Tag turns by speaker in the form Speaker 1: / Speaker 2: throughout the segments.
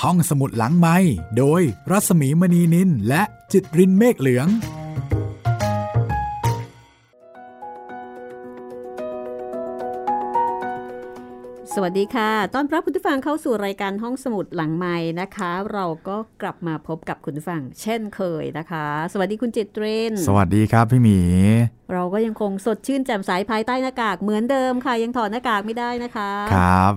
Speaker 1: ห้องสมุดหลังไม้โดยรัสมีมณีนินและจิตรินเมฆเหลือง
Speaker 2: สวัสดีค่ะ ตอนรับคุณผู้ฟังเข้าสู่รายการห้องสมุดหลังไม้นะคะ เราก็กลับมาพบกับคุณผู้ฟังเช่นเคยนะคะ สวัสดีคุณจิตเรน
Speaker 3: สวัสดีครับพี่หมี
Speaker 2: เราก็ยังคงสดชื่นแจ่มใสภายใต้หน้ากากเหมือนเดิมค่ะ ยังถอดหน้ากากไม่ได้นะคะ
Speaker 3: ครับ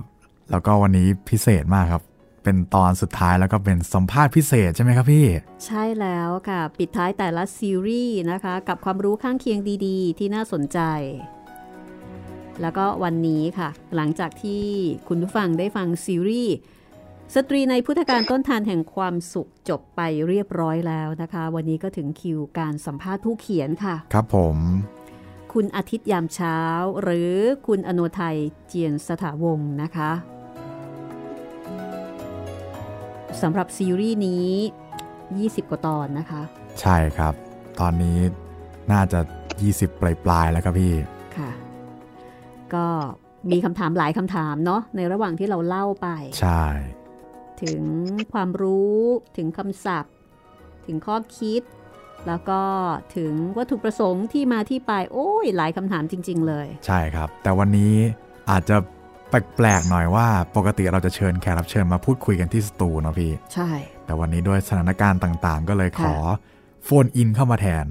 Speaker 3: แล้วก็วันนี้พิเศษมากครับ เป็นตอนสุดท้ายแล้วก็เป็นสัมภาษณ์พิเศษใช่ไหมครับพี่
Speaker 2: ใช่แล้วค่ะ ปิดท้ายแต่ละซีรีส์นะคะ กับความรู้ข้างเคียงดีๆ ที่น่าสนใจ แล้วก็วันนี้ค่ะ หลังจากที่คุณผู้ฟังได้ฟังซีรีส์สตรีในพุทธการต้นทานแห่งความสุขจบไปเรียบร้อยแล้วนะคะ วันนี้ก็ถึงคิวการสัมภาษณ์ผู้เขียนค่ะ
Speaker 3: ครับผม
Speaker 2: คุณอาทิตย์ยามเช้า หรือคุณอโนไทยเจียนสถาวงศ์นะคะสำหรับซีรีส์นี้ 20 กว่าตอนนะคะ
Speaker 3: ใช่ครับ ตอนนี้น่าจะ 20 ปลายปลายๆแล้วครับพี่
Speaker 2: ค่ะ ก็มีคำถามหลายคำถามเนาะในระหว่างที่เราเล่าไป
Speaker 3: ใช่
Speaker 2: ถึงความรู้ถึงคำศัพท์ ถึงข้อคิด แล้วก็ถึงวัตถุประสงค์ที่มาที่ไป โอ้ย หลายคำถามจริง ๆ เลย
Speaker 3: ใช่ครับ แต่วันนี้อาจจะแปลกๆหน่อยว่าปกติเราจะเชิญแขกรับเชิญมาพูดคุยกันที่สตูเนาะพี่
Speaker 2: ใช่
Speaker 3: แต่วันนี้ด้วยสถานการณ์ต่างๆ ก็เลยขอ
Speaker 2: ค่ะ
Speaker 3: โฟนอินเข้ามาแทน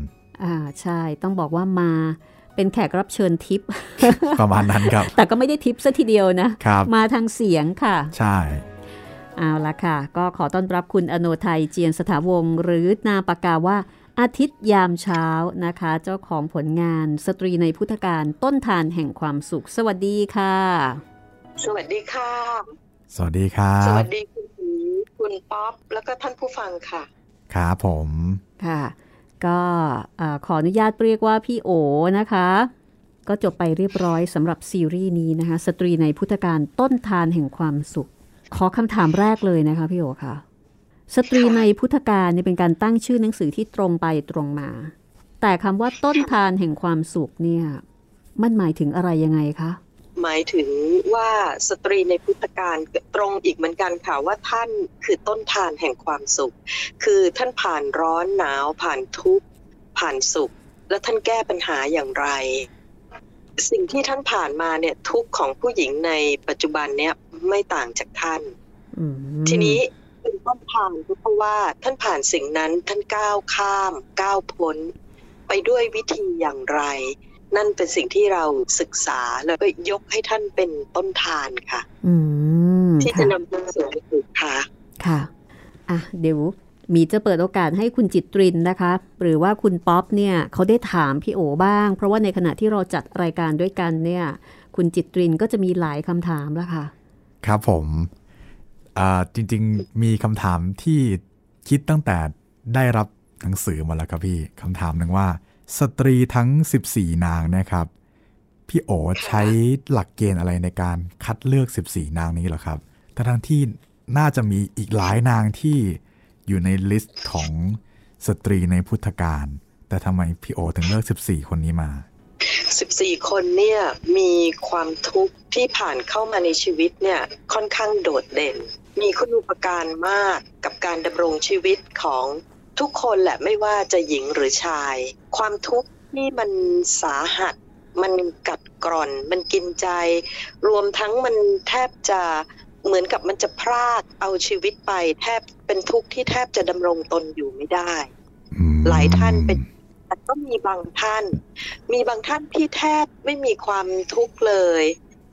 Speaker 2: อ่าใช่ต้องบอกว่ามาเป็นแขกรับเชิญทิป
Speaker 3: ประมาณนั้นครับ
Speaker 2: แต่ก็ไม่ได้ทิปซะทีเดียวนะ
Speaker 3: ครับ
Speaker 2: มาทางเสียงค่ะ
Speaker 3: ใช่
Speaker 2: เอาละค่ะ ก็ขอต้อนรับคุณอโนไทยเจียนสถาวงศ์หรือนามปากกาว่าอาทิตย์ยามเช้านะคะ เจ้าของผลงานสตรีในพุทธการต้นทานแห่งความสุข สวัสดีค่ะ
Speaker 4: สวัสดีค่ะ
Speaker 3: สวัสดีครั
Speaker 4: สวั
Speaker 3: บ
Speaker 4: สดีคุณหมีคุณป๊อป แล้วก็ท่านผู้ฟังค่ะ
Speaker 3: ครับผม
Speaker 2: ค่ะ ก็เอ่อขออนุญาตเรียกว่าพี่โอนะคะ ก็จบไปเรียบร้อยสำหรับซีรีส์นี้นะคะ สตรีในพุทธการต้นทานแห่งความสุข ขอคำถามแรกเลยนะคะพี่โอค่ะ สตรีในพุทธการเนี่ยเป็นการตั้งชื่อหนังสือที่ตรงไปตรงมา แต่คำว่าต้นทานแห่งความสุขเนี่ย มันหมายถึงอะไรยังไงคะ
Speaker 4: หมายถึงว่าสตรีในพุทธการตรงอีกเหมือนกันค่ะว่าท่านคือต้นทานแห่งความสุข คือท่านผ่านร้อนหนาวผ่านทุกข์ผ่านสุข และท่านแก้ปัญหาอย่างไร สิ่งที่ท่านผ่านมาเนี่ยทุกข์ของผู้หญิงในปัจจุบันเนี่ยไม่ต่างจากท่าน
Speaker 2: อืม
Speaker 4: ทีนี้เป็นต้นทางก็เพราะว่าท่านผ่านสิ่งนั้นท่านก้าวข้าม ก้าวพ้น ไปด้วยวิธีอย่างไร นั่นเป็นสิ่งที่เราศึกษาแล้วก็ยกให้ท่านเป็นต้นทานค่ะ
Speaker 2: อืม
Speaker 4: ที่
Speaker 2: ค่
Speaker 4: จะนำไปสู่ลูกค้า
Speaker 2: ค่ะอ่ะ เดี๋ยวหมีจะเปิดโอกาสให้คุณจิตรินนะคะ หรือว่าคุณป๊อปเนี่ยเขาได้ถามพี่โอบ้าง เพราะว่าในขณะที่เราจัดรายการด้วยกันเนี่ย คุณจิตรินก็จะมีหลายคำถามแล้วค่ะ
Speaker 3: ครับผมอ่าจริงๆ มีคำถามที่คิดตั้งแต่ได้รับหนังสือมาแล้วครับพี่คำถามหนึ่งว่า สตรีทั้ง 14 นางเนะครับ พี่โอใช้หลักเกณฑ์อะไรในการคัดเลือก 14 นางนี้เหรอครับแต่ทั้งๆที่น่าจะมีอีกหลายนางที่อยู่ในลิสต์ของสตรีในพุทธการ แต่ทำไมพี่โอถึงเลือก 14 คนนี้มา
Speaker 4: 14 คนเนี่ยมีความทุกข์ที่ผ่านเข้ามาในชีวิตเนี่ยค่อนข้างโดดเด่น มีคุณอุปการมากกับการดำรงชีวิตของ ทุกคนแหละไม่ว่าจะหญิงหรือชาย ความทุกข์ที่มันสาหัส มันกัดกร่อน มันกินใจ รวมทั้งมันแทบจะเหมือนกับมันจะพรากเอาชีวิตไป แทบเป็นทุกข์ที่แทบจะดำรงตนอยู่ไม่ได้
Speaker 3: อืม
Speaker 4: หลายท่านเป็น แต่ก็มีบางท่าน มีบางท่านที่แทบไม่มีความทุกข์เลย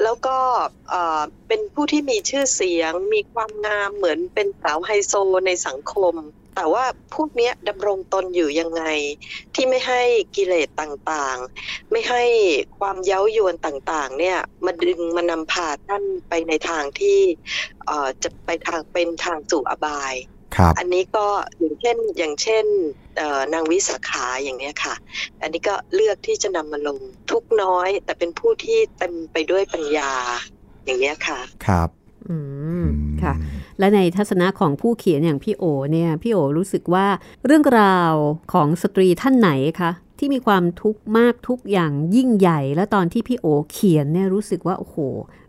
Speaker 4: แล้วก็เอ่อเป็นผู้ที่มีชื่อเสียง มีความงามเหมือนเป็นสาวไฮโซในสังคม แต่ว่าพวกเนี้ยดำรงตนอยู่ยังไง ที่ไม่ให้กิเลสต่างๆ ไม่ให้ความเย้ายวนต่างๆ เนี่ยมาดึงมานำพาท่านไปในทางที่เอ่อจะไปทางเป็นทางสู่อบาย
Speaker 3: ครับ
Speaker 4: อันนี้ก็อย่างเช่นอย่างเช่นเอ่อนางวิสาขาอย่างเนี้ยค่ะ อันนี้ก็เลือกที่จะนำมาลงทุกข์น้อย แต่เป็นผู้ที่เต็มไปด้วยปัญญาอย่างเนี้ยค่ะ
Speaker 3: ครับ
Speaker 2: อืม
Speaker 3: อืม
Speaker 2: ค่ะ และในทัศนะของผู้เขียนอย่างพี่โอเนี่ย พี่โอรู้สึกว่าเรื่องราวของสตรีท่านไหนคะ ที่มีความทุกข์มากทุกอย่างยิ่งใหญ่ และตอนที่พี่โอเขียนเนี่ยรู้สึกว่าโอ้โห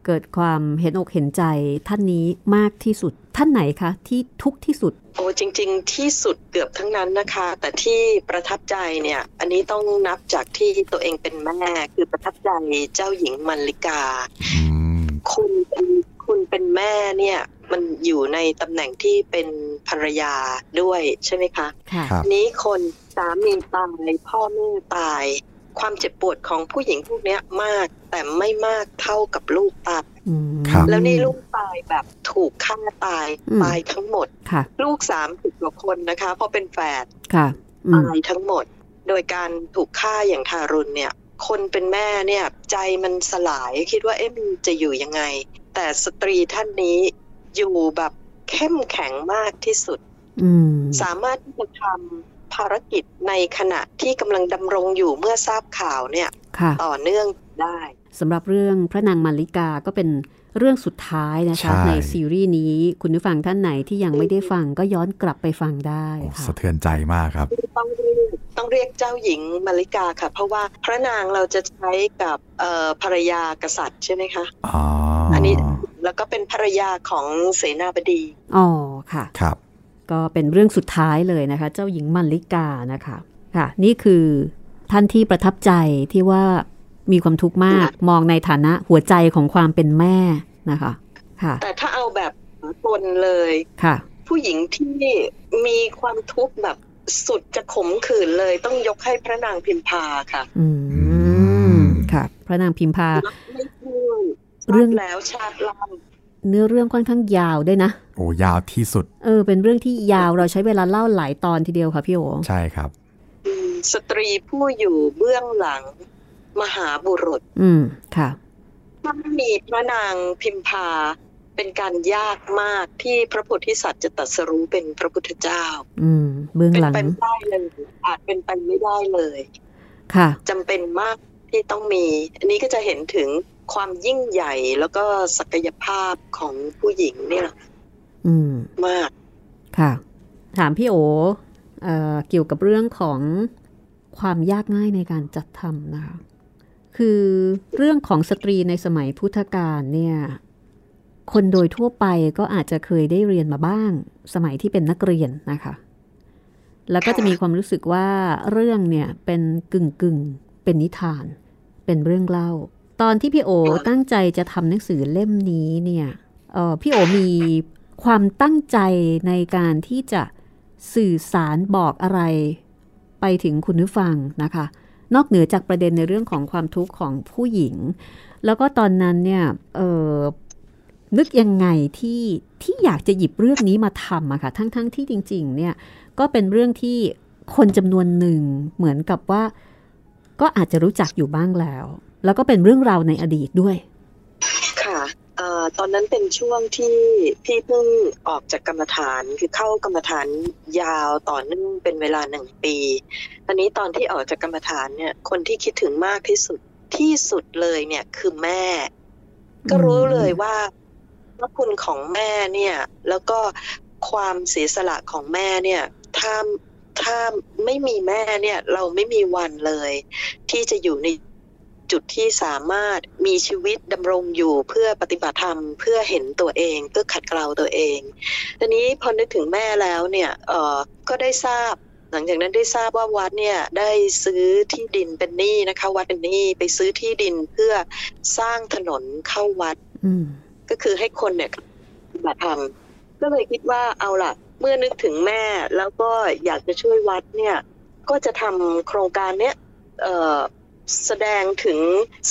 Speaker 2: เกิดความเห็นอกเห็นใจท่านนี้มากที่สุดท่านไหนคะที่ทุกข์ที่สุด
Speaker 4: โอ้จริง ๆ ที่สุดเกือบทั้งนั้นนะคะ แต่ที่ประทับใจเนี่ย อันนี้ต้องนับจากที่ตัวเองเป็นแม่ คือประทับใจเจ้าหญิงมัลลิกา
Speaker 3: อืม
Speaker 4: คุณเป็นคุณเป็นแม่เนี่ย มันอยู่ในตำแหน่งที่เป็นภรรยาด้วยใช่ไหมคะ
Speaker 2: ค่ะ
Speaker 3: ครับ
Speaker 4: นี้คนสามีตายพ่อแม่ตาย ความเจ็บปวดของผู้หญิงพวกเนี้ยมากแต่ไม่มากเท่ากับลูกตาย
Speaker 2: อืม
Speaker 3: ครับ
Speaker 4: แล้วนี่ลูกตายแบบถูกฆ่าตาย
Speaker 2: อืม
Speaker 4: ตายทั้งหมด
Speaker 2: ค่ะ
Speaker 4: ลูกสามสิบกว่าคนนะคะเพราะเป็นแฝด
Speaker 2: ค่ะอืม
Speaker 4: ตายทั้งหมด โดยการถูกฆ่าอย่างทารุณเนี่ย คนเป็นแม่เนี่ยใจมันสลายคิดว่าเอ๊ะมันจะอยู่ยังไง แต่สตรีท่านนี้อยู่แบบเข้มแข็งมากที่สุด
Speaker 2: อืม
Speaker 4: สามารถที่จะทำภารกิจในขณะที่กำลังดำรงอยู่เมื่อทราบข่าวเนี่ย
Speaker 2: ค่ะ
Speaker 4: ต่อเนื่องได้
Speaker 2: สำหรับเรื่องพระนางมาริกาก็เป็นเรื่องสุดท้ายนะคะ
Speaker 3: ใช่
Speaker 2: ในซีรีส์นี้ คุณผู้ฟังท่านไหนที่ยังไม่ได้ฟังก็ย้อนกลับไปฟังได้
Speaker 3: โอ้
Speaker 2: ค่ะ
Speaker 3: สะเทือนใจมากครับ
Speaker 4: ต้องเรียกต้องเรียกเจ้าหญิงมาริกาค่ะ เพราะว่าพระนางเราจะใช้กับเอ่อภรรยากษัตริย์ใช่ไหมคะ
Speaker 3: อ๋อ
Speaker 4: อั
Speaker 3: อั
Speaker 4: นนี้ แล้วก็เป็นภรรยาของเสนาบดี
Speaker 2: อ๋อค่ะ
Speaker 3: ครับ
Speaker 2: ก็เป็นเรื่องสุดท้ายเลยนะคะ เจ้าหญิงมัลลิกานะคะค่ะ นี่คือท่านที่ประทับใจที่ว่ามีความทุกข์มากมองในฐานะหัวใจของความเป็นแม่นะคะค่ะ
Speaker 4: แต่ถ้าเอาแบบตนเลย
Speaker 2: ค่ะ
Speaker 4: ผู้หญิงที่มีความทุกข์แบบสุดจะขมขื่นเลย ต้องยกให้พระนางพิมพาค่ะ
Speaker 2: อืม
Speaker 3: ม
Speaker 2: ค่ะ พระนางพิมพา
Speaker 4: รับไม่ถ้วน
Speaker 2: เรื่อง
Speaker 4: ชาติแล้วชาติเล่า
Speaker 2: เนื้อเรื่องค่อนข้างยาวด้วยนะ
Speaker 3: โอ้ยาวที่สุด
Speaker 2: เออเป็นเรื่องที่ยาวเราใช้เวลาเล่าหลายตอนทีเดียวค่ะพี่โอ
Speaker 3: ใช่ครับ
Speaker 4: อืมสตรีผู้อยู่เบื้องหลังมหาบุรุษ
Speaker 2: อืมค่ะ
Speaker 4: ถ้าไม่มีพระนางพิมพาเป็นการยากมากที่พระโพธิสัตว์จะตรัสรู้เป็นพระพุทธเจ้า
Speaker 2: อืม เบื้อง
Speaker 4: เป็น
Speaker 2: หลัง
Speaker 4: ไปไม่ได้เลย อาจเป็นไปไม่ได้เลย
Speaker 2: ค่ะ
Speaker 4: จำเป็นมากที่ต้องมี อันนี้ก็จะเห็นถึงความยิ่งใหญ่แล้วก็ศักยภาพของผู้หญิงเนี่ย
Speaker 2: อืม
Speaker 4: มาก
Speaker 2: ค่ะ ถามพี่โอเอ่อเกี่ยวกับเรื่องของความยากง่ายในการจัดทำนะคะคือเรื่องของสตรีในสมัยพุทธกาลเนี่ย คนโดยทั่วไปก็อาจจะเคยได้เรียนมาบ้าง สมัยที่เป็นนักเรียนนะคะ แล้วก็จะมีความรู้สึกว่าเรื่องเนี่ยเป็นกึ่งกึ่งๆเป็นนิทาน เป็นเรื่องเล่า ตอนที่พี่โอตั้งใจจะทำหนังสือเล่มนี้เนี่ยเอ่อพี่โอมีความตั้งใจในการที่จะสื่อสารบอกอะไร ไปถึงคุณผู้ฟังนะคะ นอกเหนือจากประเด็นในเรื่องของความทุกข์ของผู้หญิง แล้วก็ตอนนั้นเนี่ยเออนึกยังไงที่ที่อยากจะหยิบเรื่องนี้มาทำอะค่ะทั้งๆทที่จริง ๆ เนี่ย ก็เป็นเรื่องที่คนจำนวนหนึ่งเหมือนกับว่า ก็อาจจะรู้จักอยู่บ้างแล้ว แล้วก็เป็นเรื่องราวในอดีตด้วย
Speaker 4: ค่ะเอ่อตอนนั้นเป็นช่วงที่พี่เพิ่งออกจากกรรมฐานคือเข้ากรรมฐานยาวต่อเนื่องเป็นเวลาหนึ่งปี อันนี้ตอนที่ออกจากกรรมฐานเนี่ยคนที่คิดถึงมากที่สุดที่สุดเลยเนี่ยคือแม่ ก็รู้เลยว่าพระคุณของแม่เนี่ย แล้วก็ความเสียสละของแม่เนี่ยถ้าถ้าไม่มีแม่เนี่ย เราไม่มีวันเลย ที่จะอยู่ในจุดที่สามารถมีชีวิตดำรงอยู่เพื่อปฏิบัติธรรมเพื่อเห็นตัวเองเพื่อขัดเกลาตัวเองทีนี้พอนึกถึงแม่แล้วเนี่ยเออก็ได้ทราบ หลังจากนั้นได้ทราบว่าวัดเนี่ยได้ซื้อที่ดินเป็นหนี้นะคะ วัดเป็นหนี้ไปซื้อที่ดินเพื่อสร้างถนนเข้าวัด
Speaker 2: อืม
Speaker 4: ก็คือให้คนเนี่ยปฏิบัติธรรมก็เลยคิดว่าเอาล่ะ เมื่อนึกถึงแม่แล้วก็อยากจะช่วยวัดเนี่ย ก็จะทำโครงการเนี้ยเอ่อแสดงถึง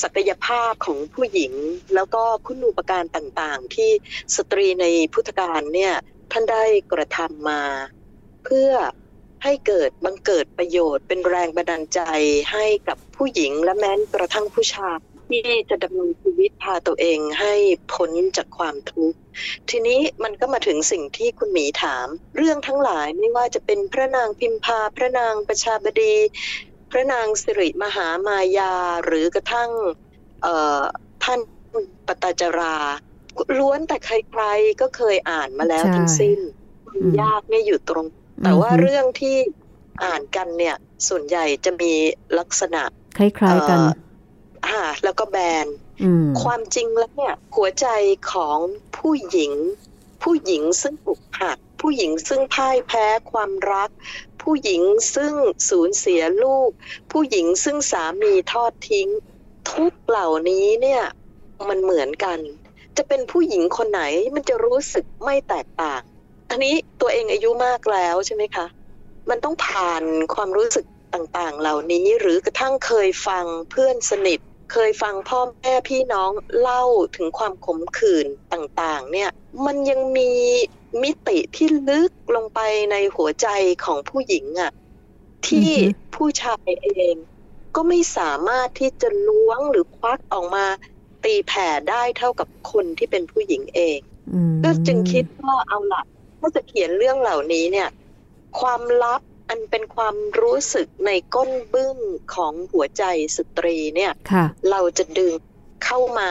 Speaker 4: ศักยภาพของผู้หญิง แล้วก็คุณูปการต่างๆ ที่สตรีในพุทธการเนี่ยท่านได้กระทำมา เพื่อให้เกิดบังเกิดประโยชน์ เป็นแรงบันดาลใจให้กับผู้หญิงและแม้กระทั่งผู้ชาย ที่จะดำเนินชีวิตพาตัวเองให้พ้นจากความทุกข์ ทีนี้มันก็มาถึงสิ่งที่คุณหมีถาม เรื่องทั้งหลายไม่ว่าจะเป็นพระนางพิมพา พระนางประชาบดี พระนางสิริมหามายาหรือกระทั่งเอ่อท่านปตจรา ล้วนแต่ใครๆก็เคยอ่านมาแล้วทั้งสิ้นความยากเนี่ยอยู่ตรง แต่ว่าเรื่องที่อ่านกันเนี่ย ส่วนใหญ่จะมีลักษณะ
Speaker 2: คล้ายๆกัน
Speaker 4: เอ่ออ่าแล้วก็แบน
Speaker 2: อืม
Speaker 4: ความจริงแล้วเนี่ยหัวใจของผู้หญิง ผู้หญิงซึ่งอกหัก ผู้หญิงซึ่งพ่ายแพ้ความรัก ผู้หญิงซึ่งสูญเสียลูก ผู้หญิงซึ่งสามีทอดทิ้ง ทุกเหล่านี้เนี่ยมันเหมือนกัน จะเป็นผู้หญิงคนไหนมันจะรู้สึกไม่แตกต่าง อันนี้ตัวเองอายุมากแล้วใช่ไหมคะ มันต้องผ่านความรู้สึกต่างๆ เหล่านี้หรือกระทั่งเคยฟังเพื่อนสนิท เคยฟังพ่อแม่พี่น้องเล่าถึงความขมขื่นต่างๆ เนี่ย มันยังมีมิติที่ลึกลงไปในหัวใจของผู้หญิงอะ่ะที่
Speaker 2: อือฮึ
Speaker 4: ผู้ชายเองก็ไม่สามารถที่จะล้วงหรือควักออกมาตีแผ่ได้เท่ากับคนที่เป็นผู้หญิงเอง
Speaker 2: อืม
Speaker 4: ก็จึงคิดว่าเอาละถ้าจะเขียนเรื่องเหล่านี้เนี่ย ความลับอันเป็นความรู้สึกในก้นบึ้งของหัวใจสตรีเนี่ย
Speaker 2: ค่ะ
Speaker 4: เราจะดึงเข้ามา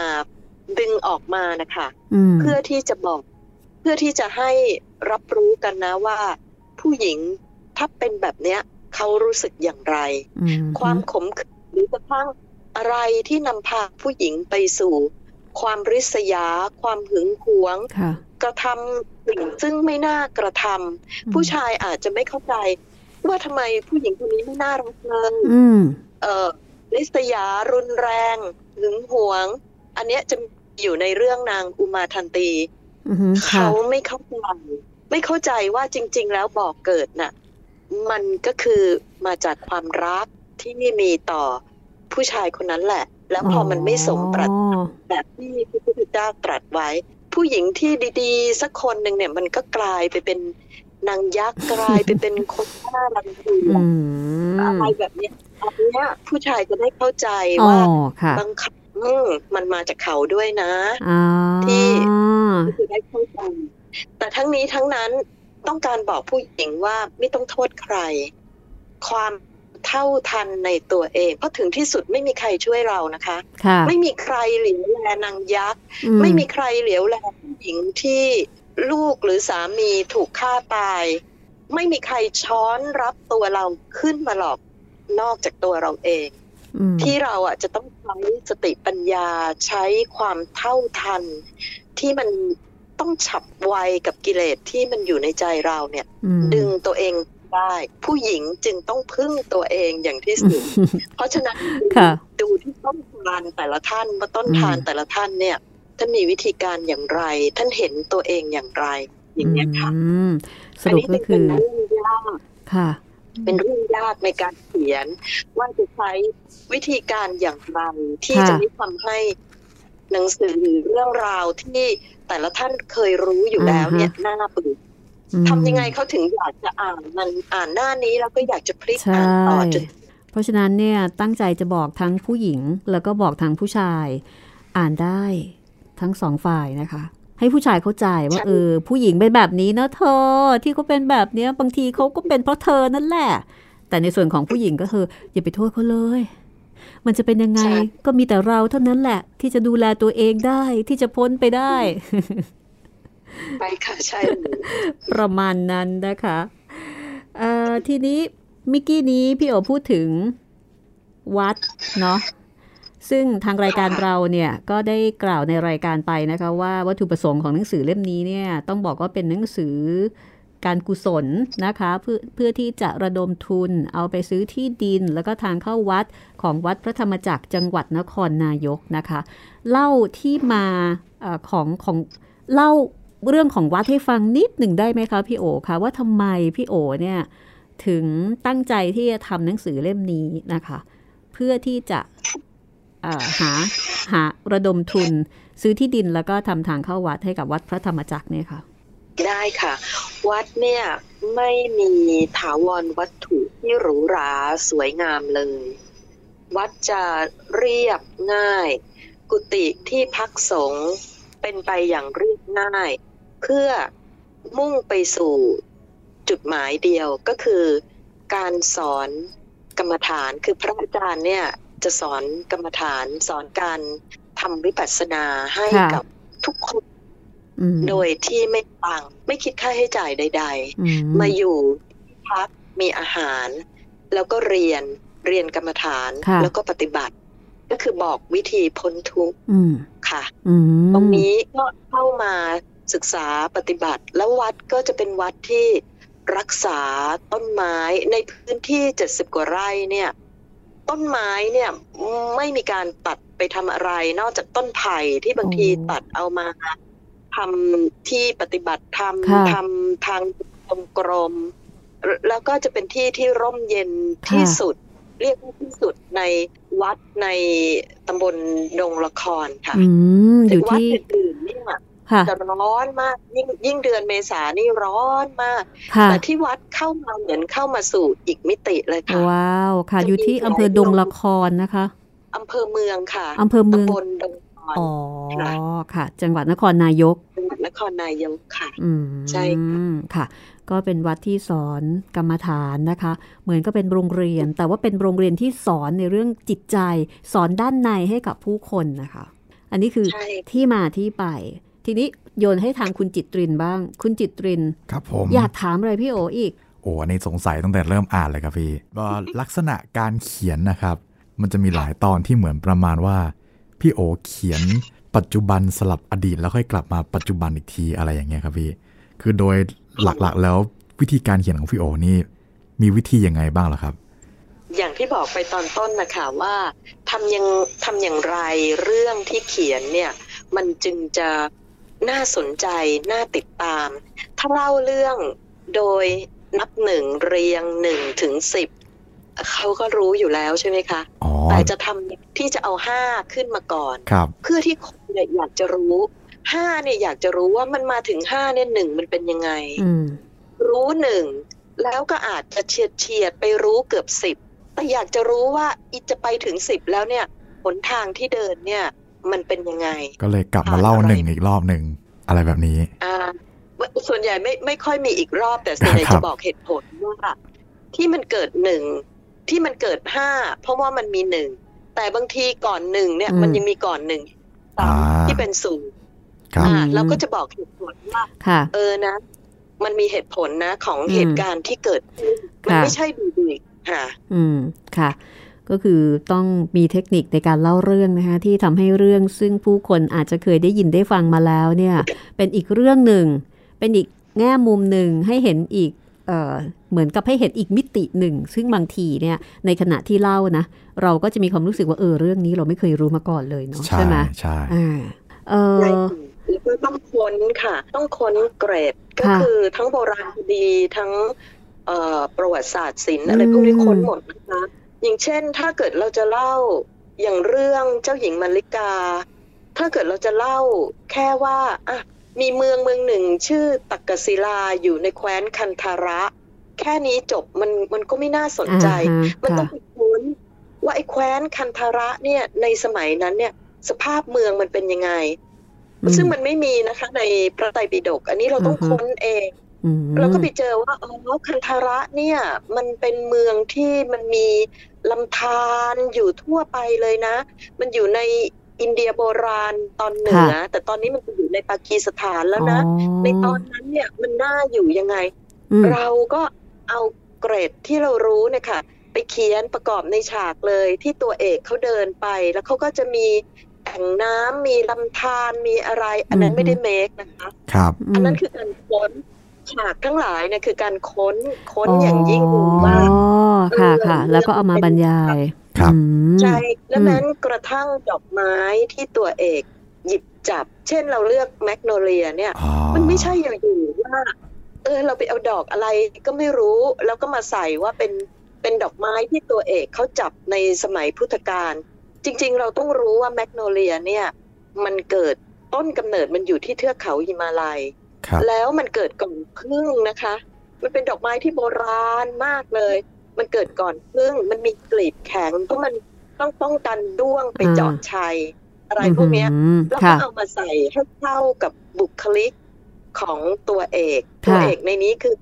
Speaker 4: ดึงออกมานะคะ
Speaker 2: อืม
Speaker 4: เพื่อที่จะบอก เพื่อที่จะให้รับรู้กันนะว่า ผู้หญิงถ้าเป็นแบบเนี้ยเขารู้สึกอย่างไร
Speaker 2: อื
Speaker 4: ความขมขื่นหรือกระทั่งอะไรที่นำพาผู้หญิงไปสู่ ความริษยา ความหึงหวง
Speaker 2: ค่ะ
Speaker 4: กระทำสิ่งซึ่งไม่น่ากระทำผู้ชายอาจจะไม่เข้าใจ ว่าทำไมผู้หญิงคนนี้ไม่น่ารักเลย
Speaker 2: อืม
Speaker 4: เอ่อลิษยารุนแรงหึงหวง อันเนี้ยจะอยู่ในเรื่องนางอุมาทันตี
Speaker 2: อือหือค่ะ
Speaker 4: เขาไม่เข้าใจไม่เข้าใจว่าจริง ๆ แล้วบ่อกเกิดน่ะ มันก็คือมาจากความรักที่มีต่อผู้ชายคนนั้นแหละ แล้วพอมันไม่สมปรารถนา แบบที่พระพุทธเจ้าตรัสไว้ ผู้หญิงที่ดีๆ สักคนหนึ่งเนี่ยมันก็กลายไปเป็นนางยักษ์ กลายไปเป็นคนน่ารังเกีย
Speaker 2: อื
Speaker 4: จ
Speaker 2: ม
Speaker 4: อะไรแบบเนี้ยอันเนี้ยผู้ชายจะได้เข้าใจ
Speaker 2: อ๋อ
Speaker 4: ว่า
Speaker 2: ค่ะ
Speaker 4: บางครั้งมันมาจากเขาด้วยนะ
Speaker 2: อ่า
Speaker 4: ที่ ก็คือได้เข้าใจแต่ทั้งนี้ทั้งนั้นต้องการบอกผู้หญิงว่าไม่ต้องโทษใคร ความเท่าทันในตัวเอง เพราะถึงที่สุดไม่มีใครช่วยเรานะคะ
Speaker 2: ค่ะ
Speaker 4: ไม่มีใครหลีแลนางยักษ
Speaker 2: อื
Speaker 4: ไม่มีใครเหลียวแลผู้หญิงที่ลูกหรือสามีถูกฆ่าตาย ไม่มีใครช้อนรับตัวเราขึ้นมาหรอกนอกจากตัวเราเอง
Speaker 2: อืม
Speaker 4: ที่เราอ่ะจะต้องใช้สติปัญญาใช้ความเท่าทัน ที่มันต้องฉับไวกับกิเลสที่มันอยู่ในใจเราเนี่ย
Speaker 2: อืม
Speaker 4: ดึงตัวเองได้ ผู้หญิงจึงต้องพึ่งตัวเองอย่างที่สุด เพราะฉะนั้น
Speaker 2: ค่ะ
Speaker 4: ดูที่ต้นทานแต่ละท่านว่าต้นทาน
Speaker 2: อืม
Speaker 4: แต่ละท่านเนี่ยท่านมีวิธีการอย่างไร ท่านเห็นตัวเองอย่างไร อย่างเนี้ยค่ะ
Speaker 2: อืมสรุปก็คือ
Speaker 4: อันนี้จึงเป็นเรื่องยาก
Speaker 2: ค่ะ
Speaker 4: เป็นเรื่องยากในการเขียน ว่าจะใช้วิธีการอย่างไรที่
Speaker 2: ค่ะ
Speaker 4: จะไม่ทำให้หนังสือหรือเรื่องราวที่แต่ละท่านเคยรู้อยู่แล้วเนี่ยน่าเบื่อ
Speaker 2: อืม
Speaker 4: ทำยังไงเขาถึงอยากจะอ่านมันอ่านหน้านี้แล้วก็อยากจะพลิกอ่านต่อจน
Speaker 2: ใช่ เพราะฉะนั้นเนี่ยตั้งใจจะบอกทั้งผู้หญิง แล้วก็บอกทั้งผู้ชายอ่านได้ทั้งสองฝ่ายนะคะ ให้ผู้ชายเข้าใจว่า
Speaker 4: ใช่
Speaker 2: เออผู้หญิงเป็นแบบนี้นะเธอที่เขาเป็นแบบเนี้ยบางทีเขาก็เป็นเพราะเธอนั่นแหละ แต่ในส่วนของผู้หญิงก็คืออย่าไปโทษเขาเลย มันจะเป็นยังไงก็มีแต่เราเท่านั้นแหละ ที่จะดูแลตัวเองได้ที่จะพ้นไปได้
Speaker 4: ไปค่ะใช่เลย
Speaker 2: ประมาณนั้นนะคะเอ่อทีนี้มิกกี้นี้พี่โอพูดถึงวัดเนาะ ซึ่งทางรายการเราเนี่ยก็ได้กล่าวในรายการไปนะคะว่าวัตถุประสงค์ของหนังสือเล่มนี้เนี่ยต้องบอกว่าเป็นหนังสือการกุศลนะคะเพื่อเพื่อที่จะระดมทุนเอาไปซื้อที่ดิน แล้วก็ทางเข้าวัดของวัดพระธรรมจักรจังหวัดนครนายกนะคะ เล่าที่มาเออของของเล่าเรื่องของวัดให้ฟังนิดหนึ่งได้ไหมคะพี่โอคะว่าทำไมพี่โอเนี่ยถึงตั้งใจที่จะทำหนังสือเล่มนี้นะคะ เพื่อที่จะเอ่อหาหาระดมทุนซื้อที่ดินแล้วก็ทำทางเข้าวัดให้กับวัดพระธรรมจักรเนี่ยค่ะ
Speaker 4: ได้ค่ะ วัดเนี่ยไม่มีถาวรวัตถุที่หรูหราสวยงามเลย วัดจะเรียบง่าย กุฏิที่พักสงฆ์เป็นไปอย่างเรียบง่าย เพื่อมุ่งไปสู่จุดหมายเดียวก็คือการสอนกรรมฐานคือพระอาจารย์เนี่ยจะสอนกรรมฐานสอนการทำวิปัสสนาให้
Speaker 2: ค่ะ
Speaker 4: กับทุกคน
Speaker 2: อืม
Speaker 4: โดยที่ไม่ตังไม่คิดค่าใช้จ่ายใด
Speaker 2: อื
Speaker 4: ๆ มาอยู่ที่พักมีอาหาร แล้วก็เรียนเรียนกรรมฐาน
Speaker 2: ค่ะ
Speaker 4: แล้วก็ปฏิบัติ ก็คือบอกวิธีพ้นทุกข์
Speaker 2: อืม
Speaker 4: ค่ะ
Speaker 2: อืม
Speaker 4: ตรงนี้ก็เข้ามาศึกษาปฏิบัติ แล้ววัดก็จะเป็นวัดที่รักษาต้นไม้ในพื้นที่ 70 กว่าไร่เนี่ย ต้นไม้เนี่ยไม่มีการตัดไปทำอะไร นอกจากต้นไผ่ที่บางทีตัดเอามาทำที่ปฏิบัติท
Speaker 2: ะ
Speaker 4: ำทำทางกรมๆแล้วก็จะเป็นที่ที่ร่มเย็นที่
Speaker 2: ค่ะ
Speaker 4: สุด เรียกว่าที่สุดในวัดในตำบลดงละครค่ะ
Speaker 2: อืมอ
Speaker 4: ถึ
Speaker 2: ยู่
Speaker 4: งวัด
Speaker 2: ที่
Speaker 4: อื่นๆเนี่ย
Speaker 2: ค่ะ
Speaker 4: จะร้อนมากยิ่งยิ่งเดือนเมษานี่ร้อนมาก
Speaker 2: ค่ะ
Speaker 4: แต่ที่วัดเข้ามาเหมือนเข้ามาสู่อีกมิติเลยค่ะ
Speaker 2: ว้าว ค่ะ อยู่ที่อำเภอดงละครนะคะ
Speaker 4: อำเภอเมืองค่ะ
Speaker 2: อำเภอเมือง
Speaker 4: ตำบลดงพร
Speaker 2: อ๋อ
Speaker 4: ค่ะ
Speaker 2: ค่ะ จังหวัดนครนายก
Speaker 4: จังหวัดนครนายกค่ะ
Speaker 2: อืม
Speaker 4: ใช่ค่ะ
Speaker 2: ค่ะ ก็เป็นวัดที่สอนกรรมฐานนะคะ เหมือนก็เป็นโรงเรียน แต่ว่าเป็นโรงเรียนที่สอนในเรื่องจิตใจ สอนด้านในให้กับผู้คนนะคะ อันนี้คือ
Speaker 4: ใช่
Speaker 2: ที่มาที่ไป ทีนี้โยนให้ทางคุณจิตรินบ้าง คุณจิตริน
Speaker 3: ครับผม
Speaker 2: อยากถามอะไรพี่โออีก
Speaker 3: โอ้อันนี้สงสัยตั้งแต่เริ่มอ่านเลยครับพี่อ่าลักษณะการเขียนนะครับ มันจะมีหลายตอนที่เหมือนประมาณว่า พี่โอเขียนปัจจุบันสลับอดีตแล้วค่อยกลับมาปัจจุบันอีกทีอะไรอย่างเงี้ยครับพี่ คือโดยหลักๆ แล้ววิธีการเขียนของพี่โอนี่มีวิธียังไงบ้างเหรอครับ
Speaker 4: อย่างที่บอกไปตอนต้นนะคะว่าทำยังทำอย่างไรเรื่องที่เขียนเนี่ย มันจึงจะน่าสนใจน่าติดตาม ถ้าเล่าเรื่องโดยนับหนึ่งเรียงหนึ่งถึงสิบเขาก็รู้อยู่แล้วใช่ไหมคะ
Speaker 3: อ๋อ
Speaker 4: แต่จะทำที่จะเอาห้าขึ้นมาก่อน
Speaker 3: ครับ
Speaker 4: เพื่อที่คนเนี่ยอยากจะรู้ห้าเนี่ยอยากจะรู้ว่ามันมาถึงห้าเนี่ยหนึ่งมันเป็นยังไง
Speaker 2: อืม
Speaker 4: รู้หนึ่งแล้วก็อาจจะเฉียดเฉียดๆไปรู้เกือบสิบแต่อยากจะรู้ว่าอีจะไปถึงสิบแล้วเนี่ยหนทางที่เดินเนี่ยมันเป็นยังไง
Speaker 3: ก็เลยกลับมาเล่าหนึ่งอีกรอบหนึ่งอะไรแบบนี้
Speaker 4: อ่าส่วนใหญ่ไม่ไม่ค่อยมีอีกรอบแต่ส่วนใหญ่
Speaker 3: ครับ
Speaker 4: จะบอกเหตุผลว่าที่มันเกิดหนึ่งที่มันเกิดห้าเพราะว่ามันมีหนึ่งแต่บางทีก่อนหนึ่งเนี่ย
Speaker 2: อืม
Speaker 4: มันยังมีก่อนหนึ่งสา
Speaker 3: อ่าม
Speaker 4: ที่เป็นศูนย์
Speaker 3: ครับ
Speaker 4: อ่าเราก็จะบอกเหตุผลว่า
Speaker 2: ค่ะ
Speaker 4: เออนะ มันมีเหตุผลนะของ
Speaker 2: อืม
Speaker 4: เหตุการณ์ที่เกิดขึ้นมัน
Speaker 2: ค่ะ
Speaker 4: ไม่ใช่ดูดีๆค่ะ
Speaker 2: อืม ค่ะ ก็คือต้องมีเทคนิคในการเล่าเรื่องนะคะที่ทำให้เรื่องซึ่งผู้คนอาจจะเคยได้ยินได้ฟังมาแล้วเนี่ย เป็นอีกเรื่องหนึ่ง เป็นอีกแง่มุมหนึ่งให้เห็นอีกเอ่อเหมือนกับให้เห็นอีกมิติหนึ่ง ซึ่งบางทีเนี่ยในขณะที่เล่านะ เราก็จะมีความรู้สึกว่าเออเรื่องนี้เราไม่เคยรู้มาก่อนเลยเนาะ
Speaker 3: ใช่
Speaker 2: ใช่ไหม
Speaker 3: ใช่
Speaker 2: อ่าเออ
Speaker 4: ใช่ค่ะแล้วก็ต้องค้นค่ะ ต้องค้นเกรดก็
Speaker 2: ค่ะ
Speaker 4: คือทั้งโบราณคดีทั้งเอ่อประวัติศาสตร์ศิลป์อะไรพวกนี้ค้นหมดนะคะ อย่างเช่น ถ้าเกิดเราจะเล่าอย่างเรื่องเจ้าหญิงมัลลิกา ถ้าเกิดเราจะเล่าแค่ว่าอ่ะมีเมืองเมืองหนึ่งชื่อตักกศิลาอยู่ในแคว้นคันธาระ แค่นี้จบมันมันก็ไม่น่าสนใจ
Speaker 2: อ่าฮะ
Speaker 4: มันต้อ
Speaker 2: ค่ะ
Speaker 4: งไปค้นว่าไอ้แคว้นคันธาระเนี่ยในสมัยนั้นเนี่ยสภาพเมืองมันเป็นยังไง
Speaker 2: อื
Speaker 4: ซึ่งมันไม่มีนะคะในพระไตรปิฎกอันนี้เราต้องค้นเอง
Speaker 2: อืม
Speaker 4: เราก็ไปเจอว่าอ๋อคันธาระเนี่ยมันเป็นเมืองที่มันมีลำธารอยู่ทั่วไปเลยนะ มันอยู่ในอินเดียโบราณตอนเหนือ
Speaker 2: ค่ะ
Speaker 4: แต่ตอนนี้มันไปอยู่ในปากีสถานแล้วนะ
Speaker 2: อ๋อ
Speaker 4: ในตอนนั้นเนี่ยมันน่าอยู่ยังไง
Speaker 2: อืม
Speaker 4: เราก็เอาเกรดที่เรารู้เนะคะไปเขียนประกอบในฉากเลยที่ตัวเอกเขาเดินไป แล้วเขาก็จะมีแอ่งน้ำมีลำธารมีอะไร อันนั้น
Speaker 2: อืม
Speaker 4: ไม่ได้เมคนะคะ
Speaker 3: ครับ
Speaker 4: อันนั้นคือการค้นฉากทั้งหลายเนี่ยคือการค้นค้นอย่างยิ่งมาก
Speaker 2: อ๋อค่ะ
Speaker 4: เออ
Speaker 2: ค่ะ แล้วก็เอามาบรรยาย
Speaker 3: ครับ
Speaker 2: อืม
Speaker 4: ใช่แล้ว
Speaker 2: อืม
Speaker 4: นั้นกระทั่งดอกไม้ที่ตัวเอกหยิบจับ เช่นเราเลือกแมกโนเลียเนี่ย
Speaker 3: อ๋อ
Speaker 4: มันไม่ใช่อยู่ๆว่า เออ เราไปเอาดอกอะไรก็ไม่รู้ แล้วก็มาใส่ว่าเป็นเป็นดอกไม้ที่ตัวเอกเขาจับในสมัยพุทธกาลจริงๆ เราต้องรู้ว่าแมกโนเลียเนี่ย มันเกิดต้นกำเนิดมันอยู่ที่เทือกเขาหิมาลัย
Speaker 3: ครับ
Speaker 4: แล้วมันเกิดก่อนพึ่งนะคะ มันเป็นดอกไม้ที่โบราณมากเลย มันเกิดก่อนพึ่ง มันมีกลีบแข็งเพราะมันต้องป้องกันด้วงไป
Speaker 2: อ่า
Speaker 4: เจาะชัย อะไรพวกเนี้ย
Speaker 2: อืม
Speaker 4: แล้วก็
Speaker 2: ค่ะ
Speaker 4: เอามาใส่ให้เข้ากับบุคลิกของตัวเอก ตัว
Speaker 2: ค่ะ
Speaker 4: เอกในนี้คือ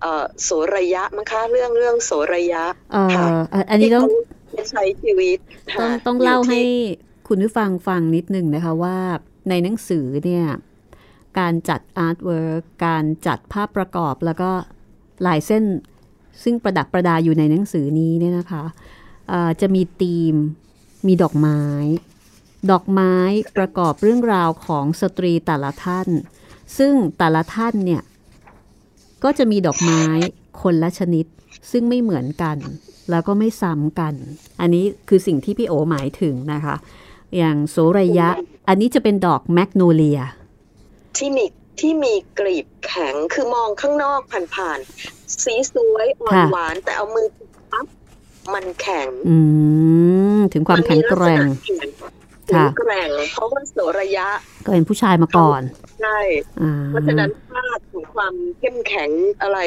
Speaker 4: เอ่อโสระยะมั้งคะเรื่องเรื่องโสระยะ
Speaker 2: เอ่อ
Speaker 4: ค่ะ
Speaker 2: อ่ะอันนี้ต้อง
Speaker 4: ที่เขาใช้ชีวิต
Speaker 2: ต้
Speaker 4: ค่ะ
Speaker 2: องต้องเล่าให้
Speaker 4: ยู่ที่
Speaker 2: คุณผู้ฟังฟังนิดนึงนะคะว่าในหนังสือเนี่ย การจัดอาร์ตเวิร์กการจัดภาพประกอบแล้วก็ลายเส้น ซึ่งประดับประดาอยู่ในหนังสือนี้เนี่ยนะคะเอ่อจะมีธีม มีดอกไม้ ดอกไม้ประกอบเรื่องราวของสตรีแต่ละท่าน ซึ่งแต่ละท่านเนี่ย ก็จะมีดอกไม้คนละชนิด ซึ่งไม่เหมือนกัน แล้วก็ไม่ซ้ำกัน อันนี้คือสิ่งที่พี่โอหมายถึงนะคะ อย่างโสระยะ อันนี้จะเป็นดอกแมกโนเลีย
Speaker 4: ที่มีที่มีกลีบแข็งคือมองข้างนอกผ่านๆสีสวยอ่อน
Speaker 2: ค่ะ
Speaker 4: หวาน แต่เอามือปั๊บมันแข็ง
Speaker 2: อืม ถึงความแข็งแกร่ง
Speaker 4: มันมีลักษณะแข็งแข็
Speaker 2: ค่ะ
Speaker 4: งแกร่งเพราะว่าโสระยะ
Speaker 2: ก็เป็นผู้ชายมาก่อน
Speaker 4: ใช่
Speaker 2: อ่า
Speaker 4: เพราะฉะนั้นภาพของความเข้มแข็งอะไร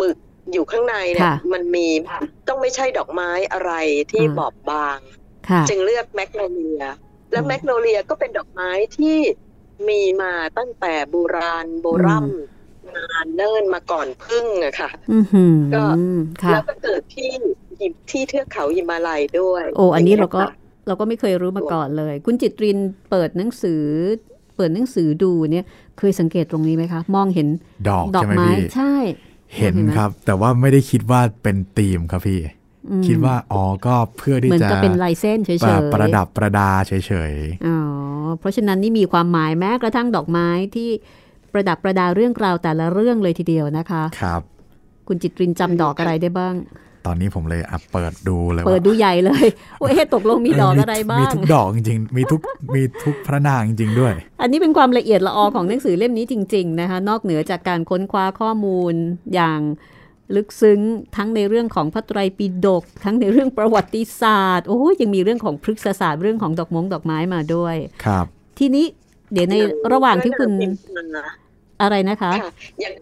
Speaker 4: บึกอยู่ข้างในเนี่ยมันมีต้องไม่ใช่ดอกไม้อะไรที่บอบบาง
Speaker 2: ค่ะ
Speaker 4: จึงเลือกแมกโนเลีย และ
Speaker 2: อืม
Speaker 4: แมกโนเลียก็เป็นดอกไม้ที่มีมาตั้งแต่โบราณโบร
Speaker 2: อืม
Speaker 4: ำนานเนิ่นมาก่อนพึ่งอะค่ะ
Speaker 2: อือหือ
Speaker 4: ก็
Speaker 2: ค่ะ
Speaker 4: แล้วก็เกิดที่หิมที่เทือกเขาหิมาลัยด้วย
Speaker 2: โอ้อันนี้เราก็
Speaker 4: ค่ะ
Speaker 2: เราก็ไม่เคยรู้มาก่อนเลย คุณจิตรินเปิดหนังสือ เปิดหนังสือดูเนี่ย เคยสังเกตตรงนี้ไหมคะ มองเห็น
Speaker 3: ดอก
Speaker 2: ดอก
Speaker 3: ใช่ไหม
Speaker 2: ไม้
Speaker 3: พี่
Speaker 2: ใช่
Speaker 3: เห็น
Speaker 2: เห็นไหม
Speaker 3: ครับ แต่ว่าไม่ได้คิดว่าเป็นธีมครับพี่
Speaker 2: อืม
Speaker 3: คิดว่าอ๋อก็เพื่อที่
Speaker 2: เหมือน
Speaker 3: จะ
Speaker 2: กับเป็นลายเส้นเฉย
Speaker 3: ประ
Speaker 2: ๆ
Speaker 3: ประดับประดาเฉย
Speaker 2: อ๋อเพราะฉะนั้นนี่มีความหมายแม้กระทั่งดอกไม้ที่ประดับประดาเรื่องราวแต่ละเรื่องเลยทีเดียวนะคะ
Speaker 3: ๆครับ
Speaker 2: คุณจิตรินจำดอกอะไรได้บ้าง
Speaker 3: ตอนนี้ผมเลยอ่ะเปิดดูเลย
Speaker 2: เปิด
Speaker 3: ว่า
Speaker 2: ดูใหญ่เลย โอ้เอ๊ะตกลงมีดอก
Speaker 3: เมี
Speaker 2: อะไรบ้า
Speaker 3: มี
Speaker 2: ง
Speaker 3: ทุกดอกจริงๆมีทุกมีทุกพระนางจริงๆด้วย
Speaker 2: อันนี้เป็นความละเอียดละออของหนังสือเล่มนี้จริง ๆ นะคะ นอกเหนือจากการค้นคว้าข้อมูลอย่างลึกซึ้งทั้งในเรื่องของพระไตรปิฎกทั้งในเรื่องประวัติศาสตร์ โอ้ยยังมีเรื่องของพฤกษศาสตร์เรื่องของดอกมงดอกไม้มาด้วย
Speaker 3: ครับ
Speaker 2: ทีนี้เดี๋ยวในระหว่างที่คุณ
Speaker 4: พะนางพิมพา
Speaker 2: อะไรนะคะ
Speaker 4: ค่ะอย่าง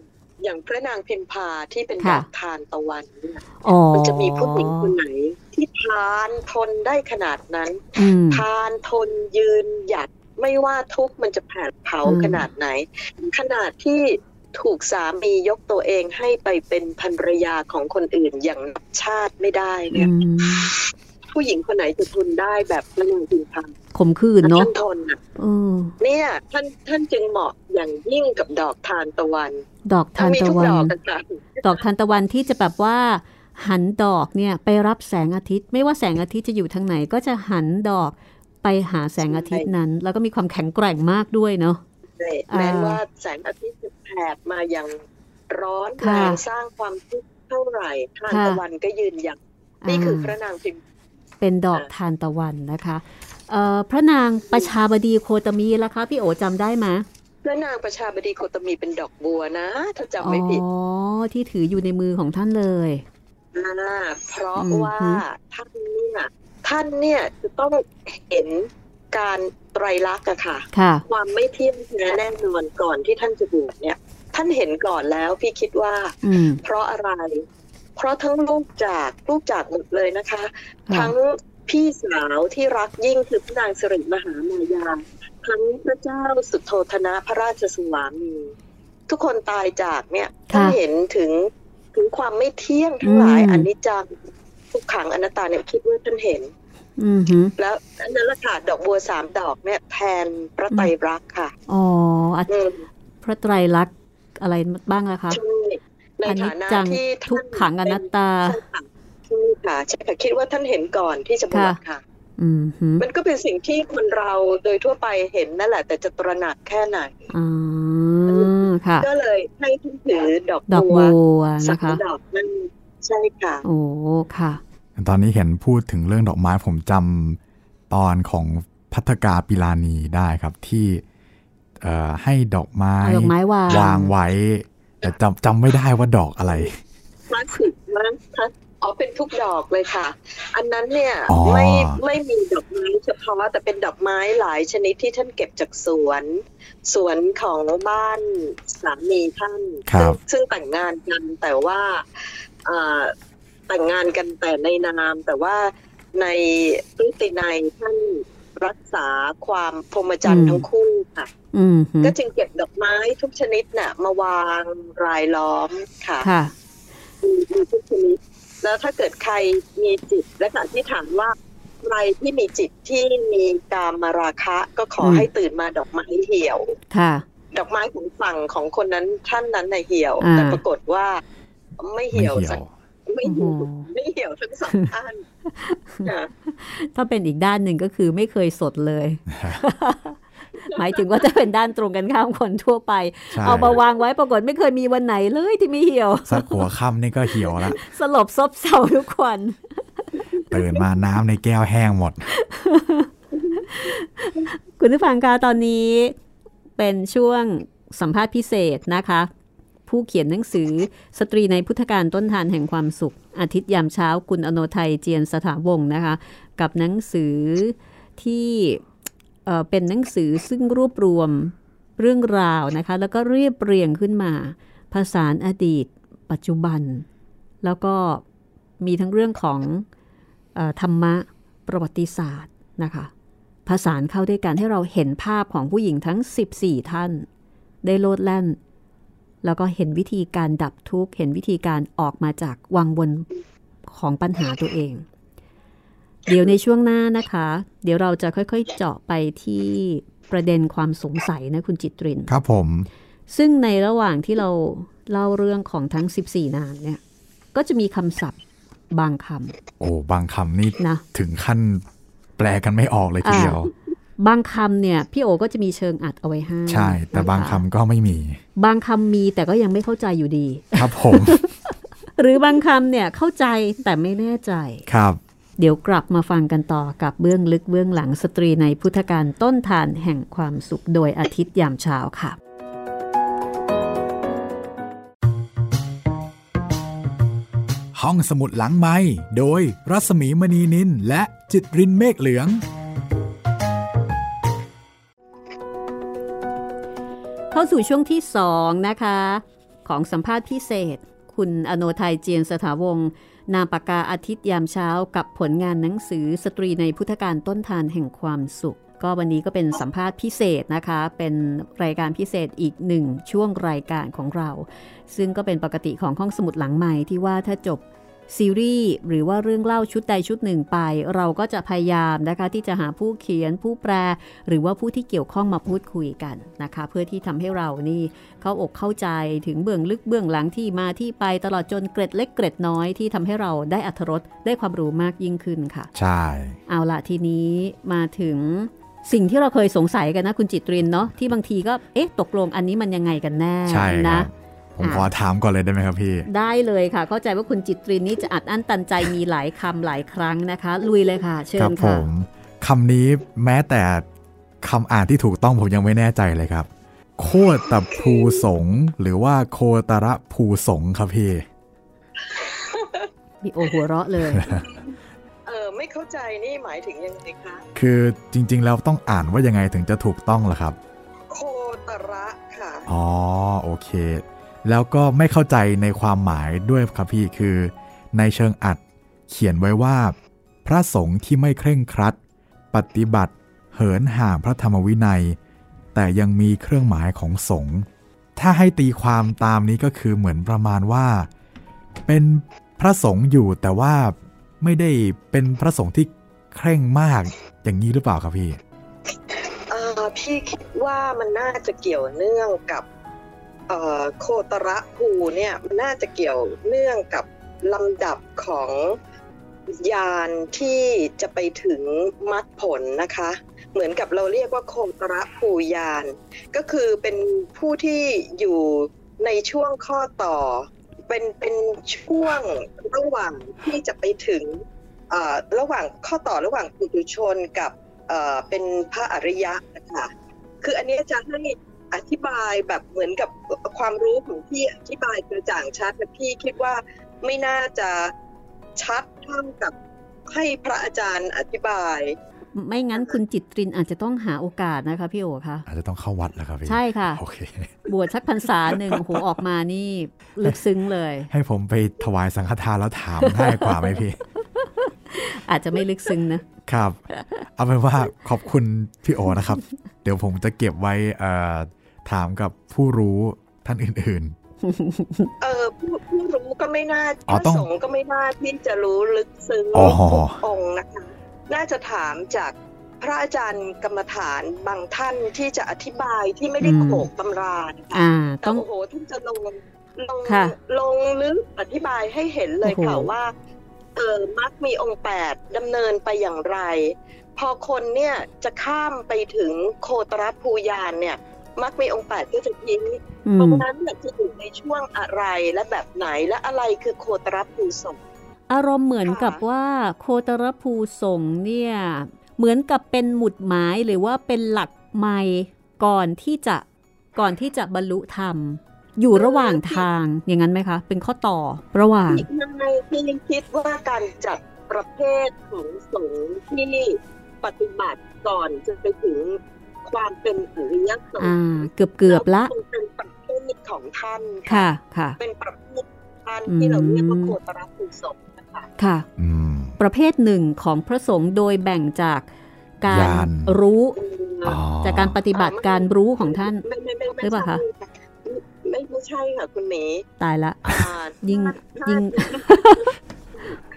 Speaker 4: อย่างพระนางพิมพาที่เป็น
Speaker 2: ค่ะ
Speaker 4: ดอกทานตะวันเนี่ย
Speaker 2: อ๋อ
Speaker 4: มันจะมีผู้หญิงคนไหน ที่ทานทนได้ขนาดนั้น
Speaker 2: อืม
Speaker 4: ทานทนยืนหยัดไม่ว่าทุกข์มันจะผ่านเผา
Speaker 2: อืม
Speaker 4: ขนาดไหน ขนาดที่ถูกสามียกตัวเองให้ไปเป็นภรรยาของคนอื่นอย่างนับชาติไม่ได้
Speaker 2: อื
Speaker 4: เนี่ย
Speaker 2: ม
Speaker 4: ผู้หญิงคนไหนจะทนได้แบบพระนางพิมพา
Speaker 2: ขมขื่น
Speaker 4: ท่า
Speaker 2: เนาะ
Speaker 4: นทนน่ะ
Speaker 2: เออ
Speaker 4: เนี่ยท่านท่านจึงเหมาะอย่างยิ่งกับดอกทานตะวัน
Speaker 2: ดอกทาน
Speaker 4: มี
Speaker 2: ตะ
Speaker 4: ทุก
Speaker 2: วัน
Speaker 4: ดอกกันค่ะ
Speaker 2: ดอกทานตะวันที่จะแบบว่าหันดอกเนี่ยไปรับแสงอาทิตย์ ไม่ว่าแสงอาทิตย์จะอยู่ทางไหน ก็จะหันดอกไปหาแสงอาทิตย์นั้น แล้วก็มีความแข็งแกร่งมากด้วยเนาะ
Speaker 4: เลย
Speaker 2: อ่า
Speaker 4: แม้ว่าแสงอาทิตย์จะแผดมาอย่างร้อน
Speaker 2: ค่ะ
Speaker 4: แรงสร้างความทุกข์เท่าไหร่ทาน
Speaker 2: ค่ะ
Speaker 4: ตะวันก็ยืนหยัดนี่คือพ
Speaker 2: อ่าน
Speaker 4: ระางพิมพ์
Speaker 2: เป็นดอกทานตะวันนะคะเอ่อพระนางประชาบดีโคตมีล่ะคะพี่โอจำได้ไหม
Speaker 4: พระนางประชาบดีโคตมีเป็นดอกบัวนะถ้า
Speaker 2: อ๋
Speaker 4: จำ
Speaker 2: อ
Speaker 4: ไม่ผิด
Speaker 2: ที่ถืออยู่ในมือของท่านเลย
Speaker 4: อ่าเพราะ
Speaker 2: อืม
Speaker 4: ว่าท่านเนี่ยท่านเนี่ยจะต้องเห็นการไตรลักษณ์อะค่ะ
Speaker 2: ค่ะ
Speaker 4: ความไม่เที่ยงแท้แน่นอนก่อนที่ท่านจะบวชเนี่ย ท่านเห็นก่อนแล้วพี่คิดว่า
Speaker 2: อืม
Speaker 4: เพราะอะไร เพราะทั้งลูกจากลูกจากหมดเลยนะคะ
Speaker 2: ค่ะ
Speaker 4: ทั้งพี่สาวที่รักยิ่งคือพระนางสิริมหามายา ทั้งพระเจ้าสุโธธนะพระราชสวามี ทุกคนตายจากเนี่ย
Speaker 2: ค่ะ
Speaker 4: ท่านเห็นถึงถึงความไม่เที่ยงทั้งหลาย
Speaker 2: อืม
Speaker 4: อนิจจังทุกขังอนัตตาเนี่ยคิดว่าท่านเห็น
Speaker 2: อือหือ
Speaker 4: แล้วอันนั้นแหละค่ะดอกบัวสามดอกเนี่ยแทนพระไตรรักษณ์ค่ะ
Speaker 2: อ๋ออ่ะ
Speaker 4: อืม
Speaker 2: พระไตรลักษณ์อะไรบ้างล่ะคะ
Speaker 4: ใช่ใน
Speaker 2: อนิจ
Speaker 4: ฐานะ
Speaker 2: จัง
Speaker 4: ที่ท่าน
Speaker 2: ทุกขังอนัตตา
Speaker 4: เป็นใช่ค่ะใช่ค่ะคิดว่าท่านเห็นก่อนที่จะบวช
Speaker 2: ค่ะ
Speaker 4: ค่ะ
Speaker 2: อืมหือ
Speaker 4: มันก็เป็นสิ่งที่คนเราโดยทั่วไปเห็นนั่นแหละ แต่จะตระหนักแค่ไหน
Speaker 2: อ่าค่ะ
Speaker 4: ก็เลยให้ท่านถือดอก
Speaker 2: ดอก
Speaker 4: บัว
Speaker 2: บัว
Speaker 4: สั
Speaker 2: นะคะ
Speaker 4: ดอกนั่นใช่ค่ะ
Speaker 2: โอ้ค่ะ
Speaker 3: ตอนนี้เห็นพูดถึงเรื่องดอกไม้ผมจำตอนของพัฒกาปิลานีได้ครับที่เอ่อให้ดอกไม้
Speaker 2: เอาดอกไม้วาง
Speaker 3: วางไว้ แต่จำจำไม่ได้ว่าดอกอะไร
Speaker 4: พลาสติกมั้งคะอ๋อเป็นทุกดอกเลยค่ะ อันนั้นเนี่ย
Speaker 3: อ๋อ
Speaker 4: ไม่ไม่มีดอกไม้เฉพาะแต่เป็นดอกไม้หลายชนิดที่ท่านเก็บจากสวน สวนของบ้านสามีท่าน
Speaker 3: ครับ
Speaker 4: ซึ่งซึ่งแต่งงานกันแต่ว่าเอ่อแต่งงานกันแต่ในนาม แต่ว่าในพฤตินัยท่านรักษาความพรหมจรร
Speaker 2: อื
Speaker 4: ย์
Speaker 2: ม
Speaker 4: ทั้งคู่ค่ะ
Speaker 2: อืมหือ
Speaker 4: ก็จึงเก็บดอกไม้ทุกชนิดน่ะมาวางรายล้อมค่ะ
Speaker 2: ค่ะ
Speaker 4: มีทุกชนิดแล้วถ้าเกิดใครมีจิต และก็อธิษฐานว่าใครที่มีจิตที่มีกามราคะก็ขอ
Speaker 2: อืม
Speaker 4: ให้ตื่นมาดอกไม้เหี่ยว
Speaker 2: ค่ะ
Speaker 4: ดอกไม้ของฝั่งของคนนั้นท่านนั้นในะเหี่ยว
Speaker 2: อ่า
Speaker 4: แต่ปรากฏว่า
Speaker 3: ไม่
Speaker 4: ไม่เหี่ยว
Speaker 3: เหี่ย
Speaker 4: สั
Speaker 3: ว
Speaker 4: กไม่
Speaker 2: โอ้โห
Speaker 4: เหี่ยวไม่เหี่ยวทั้งสองท่านค่ะ
Speaker 2: ถ้าเป็นอีกด้านหนึ่งก็คือไม่เคยสดเลย หมายถึงว่าจะเป็นด้านตรงกันข้ามคนทั่วไป
Speaker 3: ใช่
Speaker 2: เอามาวางไว้ปรากฏไม่เคยมีวันไหนเลยที่ไม่เหี่ยว
Speaker 3: สักหัวค่ำนี่ก็เหี่ยวละ
Speaker 2: สลบซบเซาทุกวัน
Speaker 3: ตื่นมาน้ำในแก้วแห้งหมด
Speaker 2: คุณผู้ฟังคะตอนนี้เป็นช่วงสัมภาษณ์พิเศษนะคะ ผู้เขียนหนังสือสตรีในพุทธการต้นทานแห่งความสุข อาทิตย์ยามเช้าคุณอโนไทยเจียนสถาวงศ์นะคะ กับหนังสือที่เอ่อเป็นหนังสือซึ่งรวบรวมเรื่องราวนะคะ แล้วก็เรียบเรียงขึ้นมา ผสานอดีต ปัจจุบัน แล้วก็มีทั้งเรื่องของเออธรรมะประวัติศาสตร์นะคะ ผสานเข้าด้วยกันให้เราเห็นภาพของผู้หญิงทั้ง 14 ท่าน ได้โลดแล่น แล้วก็เห็นวิธีการดับทุกข์ เห็นวิธีการออกมาจากวังวนของปัญหาตัวเอง เดี๋ยวในช่วงหน้านะคะ เดี๋ยวเราจะค่อยๆเจาะไปที่ประเด็นความสงสัยนะคุณจิตริน
Speaker 3: ครับผม
Speaker 2: ซึ่งในระหว่างที่เราเล่าเรื่องของทั้ง 14 นางเนี่ย ก็จะมีคำศัพท์บางค
Speaker 3: โอ้บางคำนี่
Speaker 2: ำนะ
Speaker 3: ถึงขั้นแปลกันไม่ออกเลยทีเดียว
Speaker 2: บางคำเนี่ย พี่โอก็จะมีเชิงอัดเอาไว้ให้
Speaker 3: ใช่ แต่บาง
Speaker 2: นะะ
Speaker 3: คำก็ไม่มี
Speaker 2: บางคำมีแต่ก็ยังไม่เข้าใจอยู่ดี
Speaker 3: ครับผม
Speaker 2: หรือบางคำเนี่ยเข้าใจแต่ไม่แน่ใจ
Speaker 3: ครับ
Speaker 2: เดี๋ยวกลับมาฟังกันต่อกับเบื้องลึกเบื้องหลังสตรีในพุทธการต้นทานแห่งความสุขโดยอาทิตย์ยามเช้าค่ะ
Speaker 1: ห้องสมุดหลังไม้โดยรัสมีมณีนินและจิตรินเมฆเหลือง
Speaker 2: เข้าสู่ช่วงที่ 2 นะคะ ของสัมภาษณ์พิเศษ คุณอโนไทยเจียนสถาวงศ์นามปากกาอาทิตย์ยามเช้ากับผลงานหนังสือสตรีในพุทธการต้นทานแห่งความสุข ก็วันนี้ก็เป็นสัมภาษณ์พิเศษนะคะ เป็นรายการพิเศษอีกหนึ่งช่วงรายการของเรา ซึ่งก็เป็นปกติของห้องสมุดหลังใหม่ที่ว่าถ้าจบซีรีส์หรือว่าเรื่องเล่าชุดใดชุดหนึ่งไป เราก็จะพยายามนะคะที่จะหาผู้เขียนผู้แปล หรือว่าผู้ที่เกี่ยวข้องมาพูดคุยกันนะคะ เพื่อที่ทำให้เรานี่เข้าอกเข้าใจถึงเบื้องลึกเบื้องหลังที่มาที่ไปตลอดจนเกร็ดเล็กเกร็ดน้อยที่ทำให้เราได้อัธรสได้ความรู้มากยิ่งขึ้นค่ะ
Speaker 3: ใช่
Speaker 2: เอาละทีนี้มาถึงสิ่งที่เราเคยสงสัยกันนะคุณจิตรินเนาะที่บางทีก็เอ๊ะตกลงอันนี้มันยังไงกันแน่
Speaker 3: ใช่ครั
Speaker 2: นะ
Speaker 3: บ ผม
Speaker 2: อ่ะ
Speaker 3: ขอถามก่อนเลยได้ไหมครับพี่
Speaker 2: ได้เลยค่ะ เข้าใจว่าคุณจิตรินนี่จะอัดอั้นตันใจมีหลายคำหลายครั้งนะคะ ลุยเลยค่ะ เชิ
Speaker 3: ครั
Speaker 2: ญ
Speaker 3: ผ
Speaker 2: ค่ะ
Speaker 3: มคำนี้แม้แต่คำอ่านที่ถูกต้องผมยังไม่แน่ใจเลยครับ โคตรภูสงฆ์หรือว่าโคตระภูสงฆ์ครับพี่
Speaker 2: มีโอหัวเราะ เลย
Speaker 4: เออไม่เข้าใจนี่หมายถึงยังไงคะ
Speaker 3: คือจริง ๆ แล้วต้องอ่านว่ายังไงถึงจะถูกต้องล่ะครับ
Speaker 4: โคตระค่ะ
Speaker 3: อ๋อโอเค แล้วก็ไม่เข้าใจในความหมายด้วยครับพี่คือ ในเชิงอัดเขียนไว้ว่า พระสงฆ์ที่ไม่เคร่งครัด ปฏิบัติ เหินห่างพระธรรมวินัย แต่ยังมีเครื่องหมายของสงฆ์ถ้าให้ตีความตามนี้ก็คือเหมือนประมาณว่า เป็นพระสงฆ์อยู่แต่ว่าไม่ได้เป็นพระสงฆ์ที่เคร่งมากอย่างนี้หรือเปล่าครับพี่
Speaker 4: เอ่อพี่คิดว่ามันน่าจะเกี่ยวเนื่องกับเอ่อโคตระภูเนี่ยมันน่าจะเกี่ยวเนื่องกับลำดับของยานที่จะไปถึงมรรคผลนะคะ เหมือนกับเราเรียกว่าโคตระภูยาน ก็คือเป็นผู้ที่อยู่ในช่วงข้อต่อ เป็นเป็นช่วงระหว่างที่จะไปถึงเอ่อระหว่างข้อต่อระหว่างปุถุชนกับ เอ่อเป็นพระอริยะนะคะคืออันเนี้ยจะให้อธิบายแบบเหมือนกับความรู้ของพี่อธิบายกระจ่างชัดนะพี่คิดว่าไม่น่าจะชัดเท่ากับให้พระอาจารย์อธิบาย
Speaker 2: ไม่งั้นคุณจิตรินอาจจะต้องหาโอกาสนะคะพี่โอคะ
Speaker 3: อาจจะต้องเข้าวัดแล้วครับพี่
Speaker 2: ใช่ค่ะ
Speaker 3: โอเค
Speaker 2: บวชสักพรรษาหนึ่งโอ้โหออกมานี่ ลึกซึ้งเลย
Speaker 3: ให้ผมไปถวายสังฆทานแล้วถามง่ายกว่าไหม พี่
Speaker 2: อาจจะไม่ลึกซึ้งนะครับ
Speaker 3: เอาเป็นว่าขอบคุณพี่โอนะครับ เดี๋ยวผมจะเก็บไว้เอ่อถามกับผู้รู้ท่านอื่น
Speaker 4: เออผู้ผู้รู้ก็ไม่น่า
Speaker 3: อ๋อ
Speaker 4: พระ
Speaker 3: ต้อง
Speaker 4: สงฆ์ก็ไม่น่าที่จะรู้ลึกซึ้ง
Speaker 3: อ๋อ
Speaker 4: ทุกองค์นะคะ น่าจะถามจากพระอาจารย์กรรมฐานบางท่านที่จะอธิบายที่ไม่ได้โขกตำรานะคะ
Speaker 2: อ่า
Speaker 4: แต่
Speaker 2: ต้อง
Speaker 4: โอ้โหท่านจะลง ลง
Speaker 2: ค่ะ
Speaker 4: ลงลึกอธิบายให้เห็นเลย
Speaker 2: โอ้โห
Speaker 4: ค่ะว่าเออมักมีองค์แปดดำเนินไปอย่างไร พอคนเนี่ยจะข้ามไปถึงโคตรภูยานเนี่ยมักมีองค์แปดก็จะทิ้ง
Speaker 2: อื
Speaker 4: ตร
Speaker 2: ม
Speaker 4: งนั้นเนี่ยจะอยู่ในช่วงอะไรและแบบไหนและอะไรคือโคตรภูสงฆ์
Speaker 2: อารมณ์เหมือน
Speaker 4: ค่ะ
Speaker 2: กับว่าโคตรภูสงฆ์เนี่ย เหมือนกับเป็นหมุดหมายหรือว่าเป็นหลักใหม่ก่อนที่จะก่อนที่จะบรรลุธรรม อยู่ระหว่างทางอย่างนั้นไหมคะ เป็นข้อต่อระหว่าง
Speaker 4: อีกนายที่ยังคิดว่าการจัดประเภทของสงฆ์ที่ปฏิบัติก่อนจะไปถึงความเป็นอริยสง
Speaker 2: อ่า
Speaker 4: ฆ์
Speaker 2: เกือบเกือบๆละ
Speaker 4: คงเป็นประเภทของท่าน
Speaker 2: ค่ะค่ะ
Speaker 4: เป็นประเภทของท่านที่เราเรียกว่าโคตรภูสงฆ์นะคะ
Speaker 2: ค่ะ
Speaker 3: อืม
Speaker 2: ประเภทหนึ่งของพระสงฆ์โดยแบ่งจากกา
Speaker 3: ญาร ณ
Speaker 2: รู้
Speaker 3: อ๋อ
Speaker 2: จากการปฏิบัติการรู้ของท่าน
Speaker 4: ไม่ไม่ไม่ไม่
Speaker 2: หรือเปล่าคะ
Speaker 4: ไม่ไม่ใช่ค่ะคุณหมี
Speaker 2: ตายละ
Speaker 4: อ่า
Speaker 2: ยิ่ง
Speaker 4: ถ้า
Speaker 2: ยิ่ง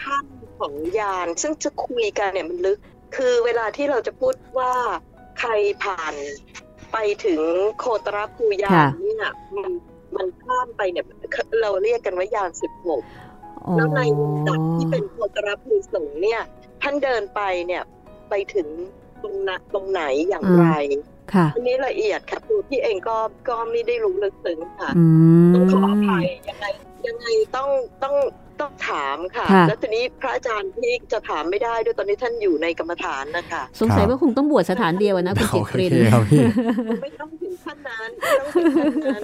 Speaker 4: ขั้นของยาน ซึ่งจะคุยกันเนี่ยมันลึก คือเวลาที่เราจะพูดว่าใครผ่านไปถึงโคตรภูยา
Speaker 2: ค่ะ
Speaker 4: นเนี่ยมันมันข้ามไปเนี่ยเราเรียกกันว่ายานสิบหก
Speaker 2: อ๋อ
Speaker 4: แล้วในจักรที่เป็นโคตรภูสงฆ์เนี่ยท่านเดินไปเนี่ยไปถึงตรงนะตรงไหนอย่างไร
Speaker 2: ค่ะ
Speaker 4: อันนี้ละเอียดค่ะตัวพี่เองก็ก็ไม่ได้รู้ลึกซึ้งค่ะ
Speaker 2: อืม
Speaker 4: ต้องขออภัยยังไงยังไงต้องต้องต้องถามค่ะ
Speaker 2: ค่ะ
Speaker 4: แล้วทีนี้พระอาจารย์ที่จะถามไม่ได้ด้วยตอนนี้ท่านอยู่ในกรรมฐานนะคะ
Speaker 2: สงสั
Speaker 3: ค
Speaker 2: ย
Speaker 3: รับ
Speaker 2: ว่าคงต้องบวชสถานเดียวอะนะคุณจิตกริน
Speaker 3: โอเคครับพี่
Speaker 4: ไม่ต้องถึงขั้นนั้นไม่ต้องถึงขั้นนั้น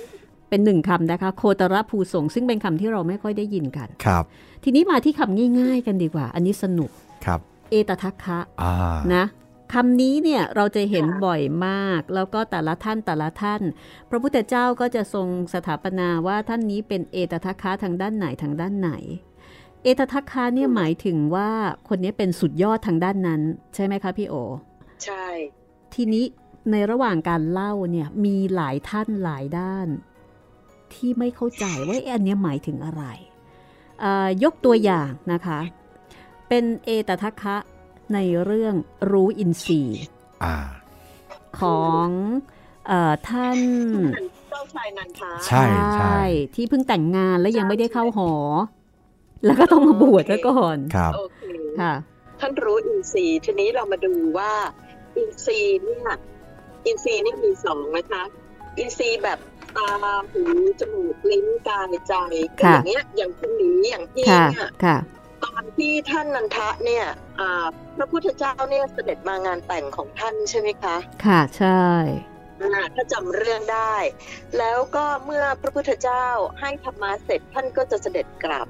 Speaker 2: เป็นหนึ่งคำนะคะ โคตรภูสงฆ์ซึ่งเป็นคำที่เราไม่ค่อยได้ยินกัน
Speaker 3: ครับ
Speaker 2: ทีนี้มาที่คำง่ายๆกันดีกว่า อันนี้สนุก
Speaker 3: ครับ
Speaker 2: เอตทัคคะ
Speaker 3: อ่า
Speaker 2: นะคำนี้เนี่ยเราจะเห็นบ่อยมาก แล้วก็แต่ละท่านแต่ละท่าน พระพุทธเจ้าก็จะทรงสถาปนาว่าท่านนี้เป็นเอตทัคคะทางด้านไหนทางด้านไหน เอตทัคคะเนี่ยหมายถึงว่าคนนี้เป็นสุดยอดทางด้านนั้น ใช่ไหมคะพี่โอ
Speaker 4: ใช่
Speaker 2: ทีนี้ในระหว่างการเล่าเนี่ยมีหลายท่านหลายด้าน ที่ไม่เข้าใจว่าเอ๊ะอันเนี้ยหมายถึงอะไรเอ่อยกตัวอย่างนะคะ เป็นเอตทัคคะในเรื่องรู้อินทรีย์
Speaker 3: อ่า
Speaker 2: ของเอ่อท่าน
Speaker 4: เจ้าชายนันทา
Speaker 3: ใช่ ใช่
Speaker 2: ที่เพิ่งแต่งงานและยังไม่ได้เข้าหอ แล้วก็ต้องมาบวชซะก่อน
Speaker 3: ครับ
Speaker 4: โอเค
Speaker 2: ค่ะ
Speaker 4: ท่านรู้อินทรีย์ทีนี้เรามาดูว่า อินทรีย์เนี่ยอินทรีย์นี่มีสองนะคะ อินทรีย์แบบตาหูจมูกลิ้นกายใจก็
Speaker 2: ค่ะ
Speaker 4: อย่างเนี้ยอย่างคุณหนีอย่างพี่
Speaker 2: ค่ะ
Speaker 4: เนี่ย
Speaker 2: ค่ะ
Speaker 4: ตอนที่ท่านนันทะเนี่ยอ่าพระพุทธเจ้าเนี่ยเสด็จมางานแต่งของท่านใช่ไหมคะ
Speaker 2: ค่ะ ใช่
Speaker 4: อ่าถ้าจำเรื่องได้ แล้วก็เมื่อพระพุทธเจ้าให้ธรรมะเสร็จท่านก็จะเสด็จกลับ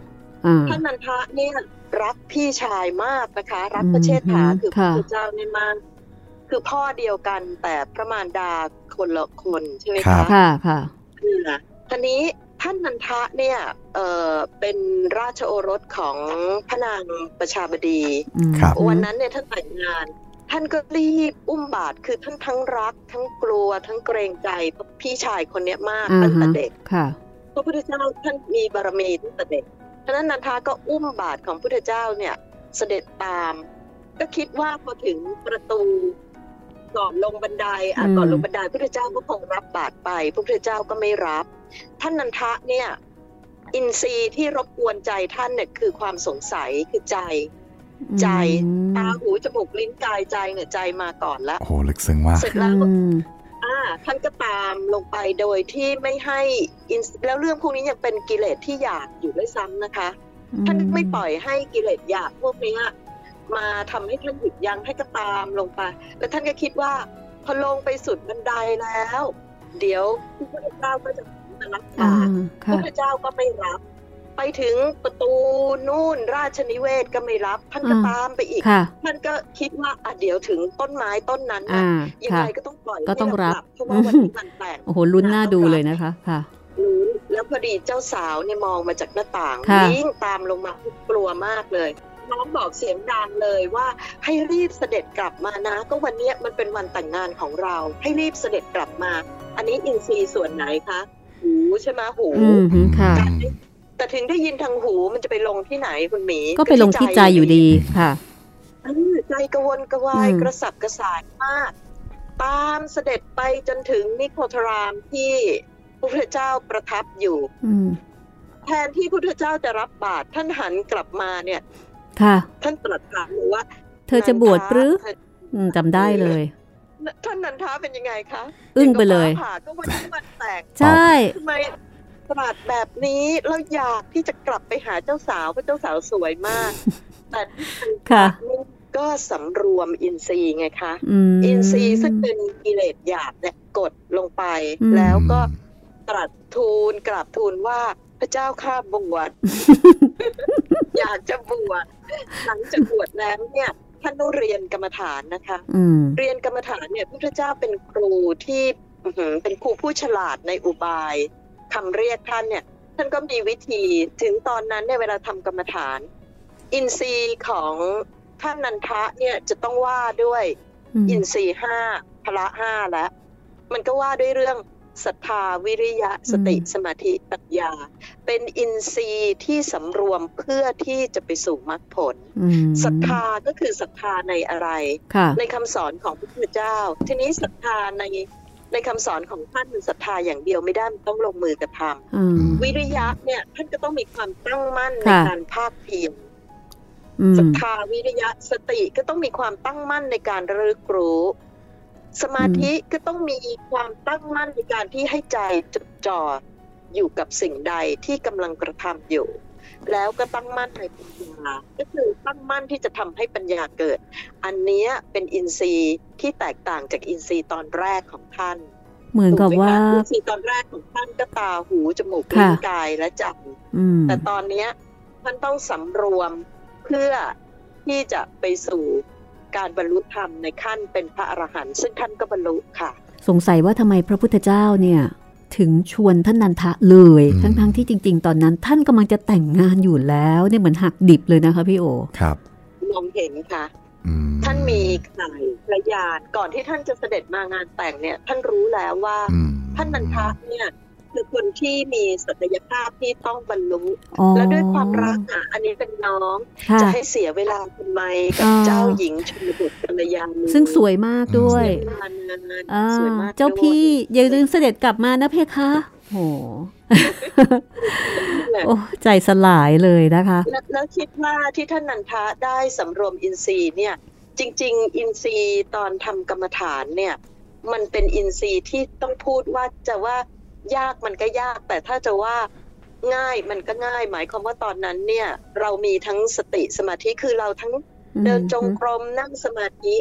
Speaker 2: อ่า
Speaker 4: ท่านนันทะเนี่ยรักพี่ชายมากนะคะ รักพระเชษฐา
Speaker 2: อืม
Speaker 4: คือพระ
Speaker 2: ค่ะ
Speaker 4: พุทธเจ้าเนี่ยมากคือพ่อเดียวกันแต่พระมารดาคนละคนใช่ไหม
Speaker 3: ครั
Speaker 4: คะ
Speaker 3: บ
Speaker 2: ค่ะ ค่ะ
Speaker 4: ค่ะทีนี้ท่านนันทะเนี่ยเอ่อเป็นราชโอรสของพระนางประชาบดี
Speaker 2: อืม
Speaker 3: ครับ
Speaker 4: วันนั้นเนี่ยท่านแต่งงาน ท่านก็รีบอุ้มบาทคือท่านทั้งรัก ทั้งกลัวทั้งเกรงใจพี่ชายคนเนี้ยมาก
Speaker 2: อ่า
Speaker 4: ตั้ง
Speaker 2: ฮะ
Speaker 4: แต่เด็ก
Speaker 2: ค่ะ
Speaker 4: พระพุทธเจ้าท่านมีบารมีตั้งแต่เด็กฉะนั้นนันทาก็อุ้มบาทของพุทธเจ้าเนี่ยเสด็จตาม ก็คิดว่าพอถึงประตูก่อนลงบันไดอ่ะ
Speaker 2: อืม
Speaker 4: ก่อนลงบันไดพระพุทธเจ้าก็คงรับบาทไปพระพุทธเจ้าก็ไม่รับ ท่านนันทะเนี่ยอินทรีย์ที่รบกวนใจท่านเนี่ยคือความสงสัยคือใจ ใจ
Speaker 2: อืม
Speaker 4: ตาหูจมูกลิ้นกายใจเนี่ยใจมาก่อนละ
Speaker 3: โอ้โห ลึกซึ้งมาก
Speaker 4: เสร็จ
Speaker 2: อื
Speaker 4: แล้ว
Speaker 2: ม
Speaker 4: อ่าท่านก็ตามลงไปโดยที่ไม่ให้อินแล้วเรื่องพวกนี้ยังเป็นกิเลสที่อยากอยู่ด้วยซ้ำนะคะ ท่านไม่ปล่อยให้กิเลสอยากพวกเนี้ยมาทำให้ท่านหยุดยั้งให้ก็ตามลงไป แล้วท่านก็คิดว่าพอลงไปสุดบันไดแล้ว เดี๋ยวพระพุทธเจ้าก็จะมารับบาตร พระ
Speaker 2: ค่ะ
Speaker 4: พุทธเจ้าก็ไม่รับ ไปถึงประตูนู่นราชนิเวศก็ไม่รับ ท่านก็
Speaker 2: อ่า
Speaker 4: ตามไปอีก
Speaker 2: ค่ะ
Speaker 4: ท่านก็คิดว่าอ่ะเดี๋ยวถึงต้นไม้ต้นนั้นน่ะ
Speaker 2: อ่า
Speaker 4: ยัง
Speaker 2: ค่ะ
Speaker 4: ไงก็ต้องปล่อย
Speaker 2: ก็ต้อง
Speaker 4: ให้เา
Speaker 2: รับ
Speaker 4: เพราะว่าวันนี้มันแต่ง
Speaker 2: โอ้โห ลุ้นหน้าดูเลยนะคะ ค่ะ
Speaker 4: รู้แล้วพอดีเจ้าสาวเนี่ยมองมาจากหน้าต่าง
Speaker 2: ค่ะ
Speaker 4: วิ่งตามลงมากลัวมากเลย น้องบอกเสียงดังเลยว่าให้รีบเสด็จกลับมานะ ก็วันเนี้ยมันเป็นวันแต่งงานของเรา ให้รีบเสด็จกลับมา อันนี้อินทรีย์ส่วนไหนคะ หูใช่ไหมหู
Speaker 2: อืมฮึค่ะ
Speaker 4: แต่ถึงได้ยินทางหูมันจะไปลงที่ไหนคุณหมี
Speaker 2: ก็ไปลงที่ใจอยู่ดีค่ะ
Speaker 4: เออใจกระวนกระวาย
Speaker 2: อืม
Speaker 4: กระสับกระส่ายมาก ตามเสด็จไปจนถึงนิโคทรามที่พระพุทธเจ้าประทับอยู่
Speaker 2: อืม
Speaker 4: แทนที่พุทธเจ้าจะรับบาตรท่านหันกลับมาเนี่ย
Speaker 2: ค่ะ
Speaker 4: ท่านตรัสถามหนูว่า
Speaker 2: เธอจะบวชหรือ
Speaker 4: ท่าน
Speaker 2: อืมจำได้เลย
Speaker 4: ท่านนันทาเป็นยังไงคะ
Speaker 2: อึ้งไปเลย
Speaker 4: ด็กก็ฟ้าผ่าก็วันนี้วันแตก
Speaker 2: ใช่
Speaker 4: ทำไมตรัสแบบนี้แล้วอยากที่จะกลับไปหาเจ้าสาวเพราะเจ้าสาวสวยมาก แต่
Speaker 2: ค่ะ
Speaker 4: ก็สำรวมอินทรีย์ไงคะ
Speaker 2: อืม
Speaker 4: อินทรีย์ซึ่งเป็นกิเลสหยาบเนี่ยกดลงไป
Speaker 2: อืม
Speaker 4: แล้วก็ตรัสทูลกราบทูลว่าพระเจ้าข้าบวช อยากจะบวชหลังจากบวชแล้วเนี่ยท่านต้องเรียนกรรมฐานนะคะ
Speaker 2: อืม
Speaker 4: เรียนกรรมฐานเนี่ยพุทธเจ้าเป็นครูที่อื้อหือเป็นครูผู้ฉลาดในอุบายคำเรียกท่านเนี่ย ท่านก็มีวิธีถึงตอนนั้นเนี่ยเวลาทำกรรมฐาน อินทรีย์ของท่านนันทะเนี่ยจะต้องว่าด้วย
Speaker 2: อืม
Speaker 4: อินทรีย์ห้าพละห้าแล้ว มันก็ว่าด้วยเรื่องศรัทธาวิริยะสติสมาธิปัญญา เป็นอินทรีย์ที่สำรวมเพื่อที่จะไปสู่มรรคผล
Speaker 2: อืม
Speaker 4: ศรัทธาก็คือศรัทธาในอะไร
Speaker 2: ค่ะ
Speaker 4: ในคำสอนของพระพุทธเจ้า ทีนี้ศรัทธาในในคำสอนของท่านศรัทธาอย่างเดียวไม่ได้มันต้องลงมือกระทำ
Speaker 2: อืม
Speaker 4: วิริยะเนี่ยท่านก็ต้องมีความตั้งมั่นใน
Speaker 2: ค่ะ
Speaker 4: การภาคเพียร
Speaker 2: อืม
Speaker 4: ศรัทธาวิริยะสติก็ต้องมีความตั้งมั่นในการระลึกรู้ สมาธิก็ต้องมีความตั้งมั่นในการที่ให้ใจจดจ่ออยู่กับสิ่งใดที่กำลังกระทำอยู่ แล้วก็ตั้งมั่นในปัญญาก็คือตั้งมั่นที่จะทำให้ปัญญาเกิด อันเนี้ยเป็นอินทรีย์ที่แตกต่างจากอินทรีย์ตอนแรกของท่าน
Speaker 2: เหมือนกับ
Speaker 4: ถูไหม
Speaker 2: ว่า
Speaker 4: คะอินทรีย์ตอนแรกของท่านก็ตาหูจมูกลิ้น
Speaker 2: ค่ะ
Speaker 4: กายและใจ
Speaker 2: อืม
Speaker 4: แต่ตอนเนี้ยมันต้องสำรวมเพื่อที่จะไปสู่การบรรลุธรรมในขั้นเป็นพระอรหันต์ซึ่งท่านก็บรรลุค่ะ
Speaker 2: สงสัยว่าทำไมพระพุทธเจ้าเนี่ย ถึงชวนท่านนันทะเลย
Speaker 3: อืม
Speaker 2: ทั้งๆทที่จริง ๆ ตอนนั้นท่านกำลังจะแต่งงานอยู่แล้วเนี่ยเหมือนหักดิบเลยนะคะพี่โอ
Speaker 3: ครับ
Speaker 4: มองเห็นค่ะ
Speaker 3: อืม
Speaker 4: ท่านมีไข่ภรรยาก่อนที่ท่านจะเสด็จมางานแต่งเนี่ย ท่านรู้แล้วว่า
Speaker 3: อืม
Speaker 4: ท่านบรรพะเนี่ยคือคนที่มีศักยภาพที่ต้องบรรลุ
Speaker 2: อ๋อ
Speaker 4: และด้วยความรักอ่ะอันนี้เป็นน้อง
Speaker 2: ค่ะ
Speaker 4: จะให้เสียเวลาทำไมกับ
Speaker 2: อ่า
Speaker 4: เจ้าหญิงชนบทภรรยามือ
Speaker 2: ซึ่งสวยมากด้วย
Speaker 4: เวลานาน
Speaker 2: อ่า
Speaker 4: สวยมาก
Speaker 2: เจ้า
Speaker 4: ด้วย
Speaker 2: พี่อย่าลืมเสด็จกลับมานะเพคะโห โอ้ใจสลายเลยนะคะ
Speaker 4: แล้วแล้วคิดว่าที่ท่านนันทะได้สำรวมอินทรีย์เนี่ย จริง ๆ อินทรีย์ตอนทำกรรมฐานเนี่ย มันเป็นอินทรีย์ที่ต้องพูดว่าจะว่ายากมันก็ยาก แต่ถ้าจะว่าง่ายมันก็ง่าย หมายความว่าตอนนั้นเนี่ย เรามีทั้งสติสมาธิคือเราทั้งเดินจงกรมนั่งสมาธิ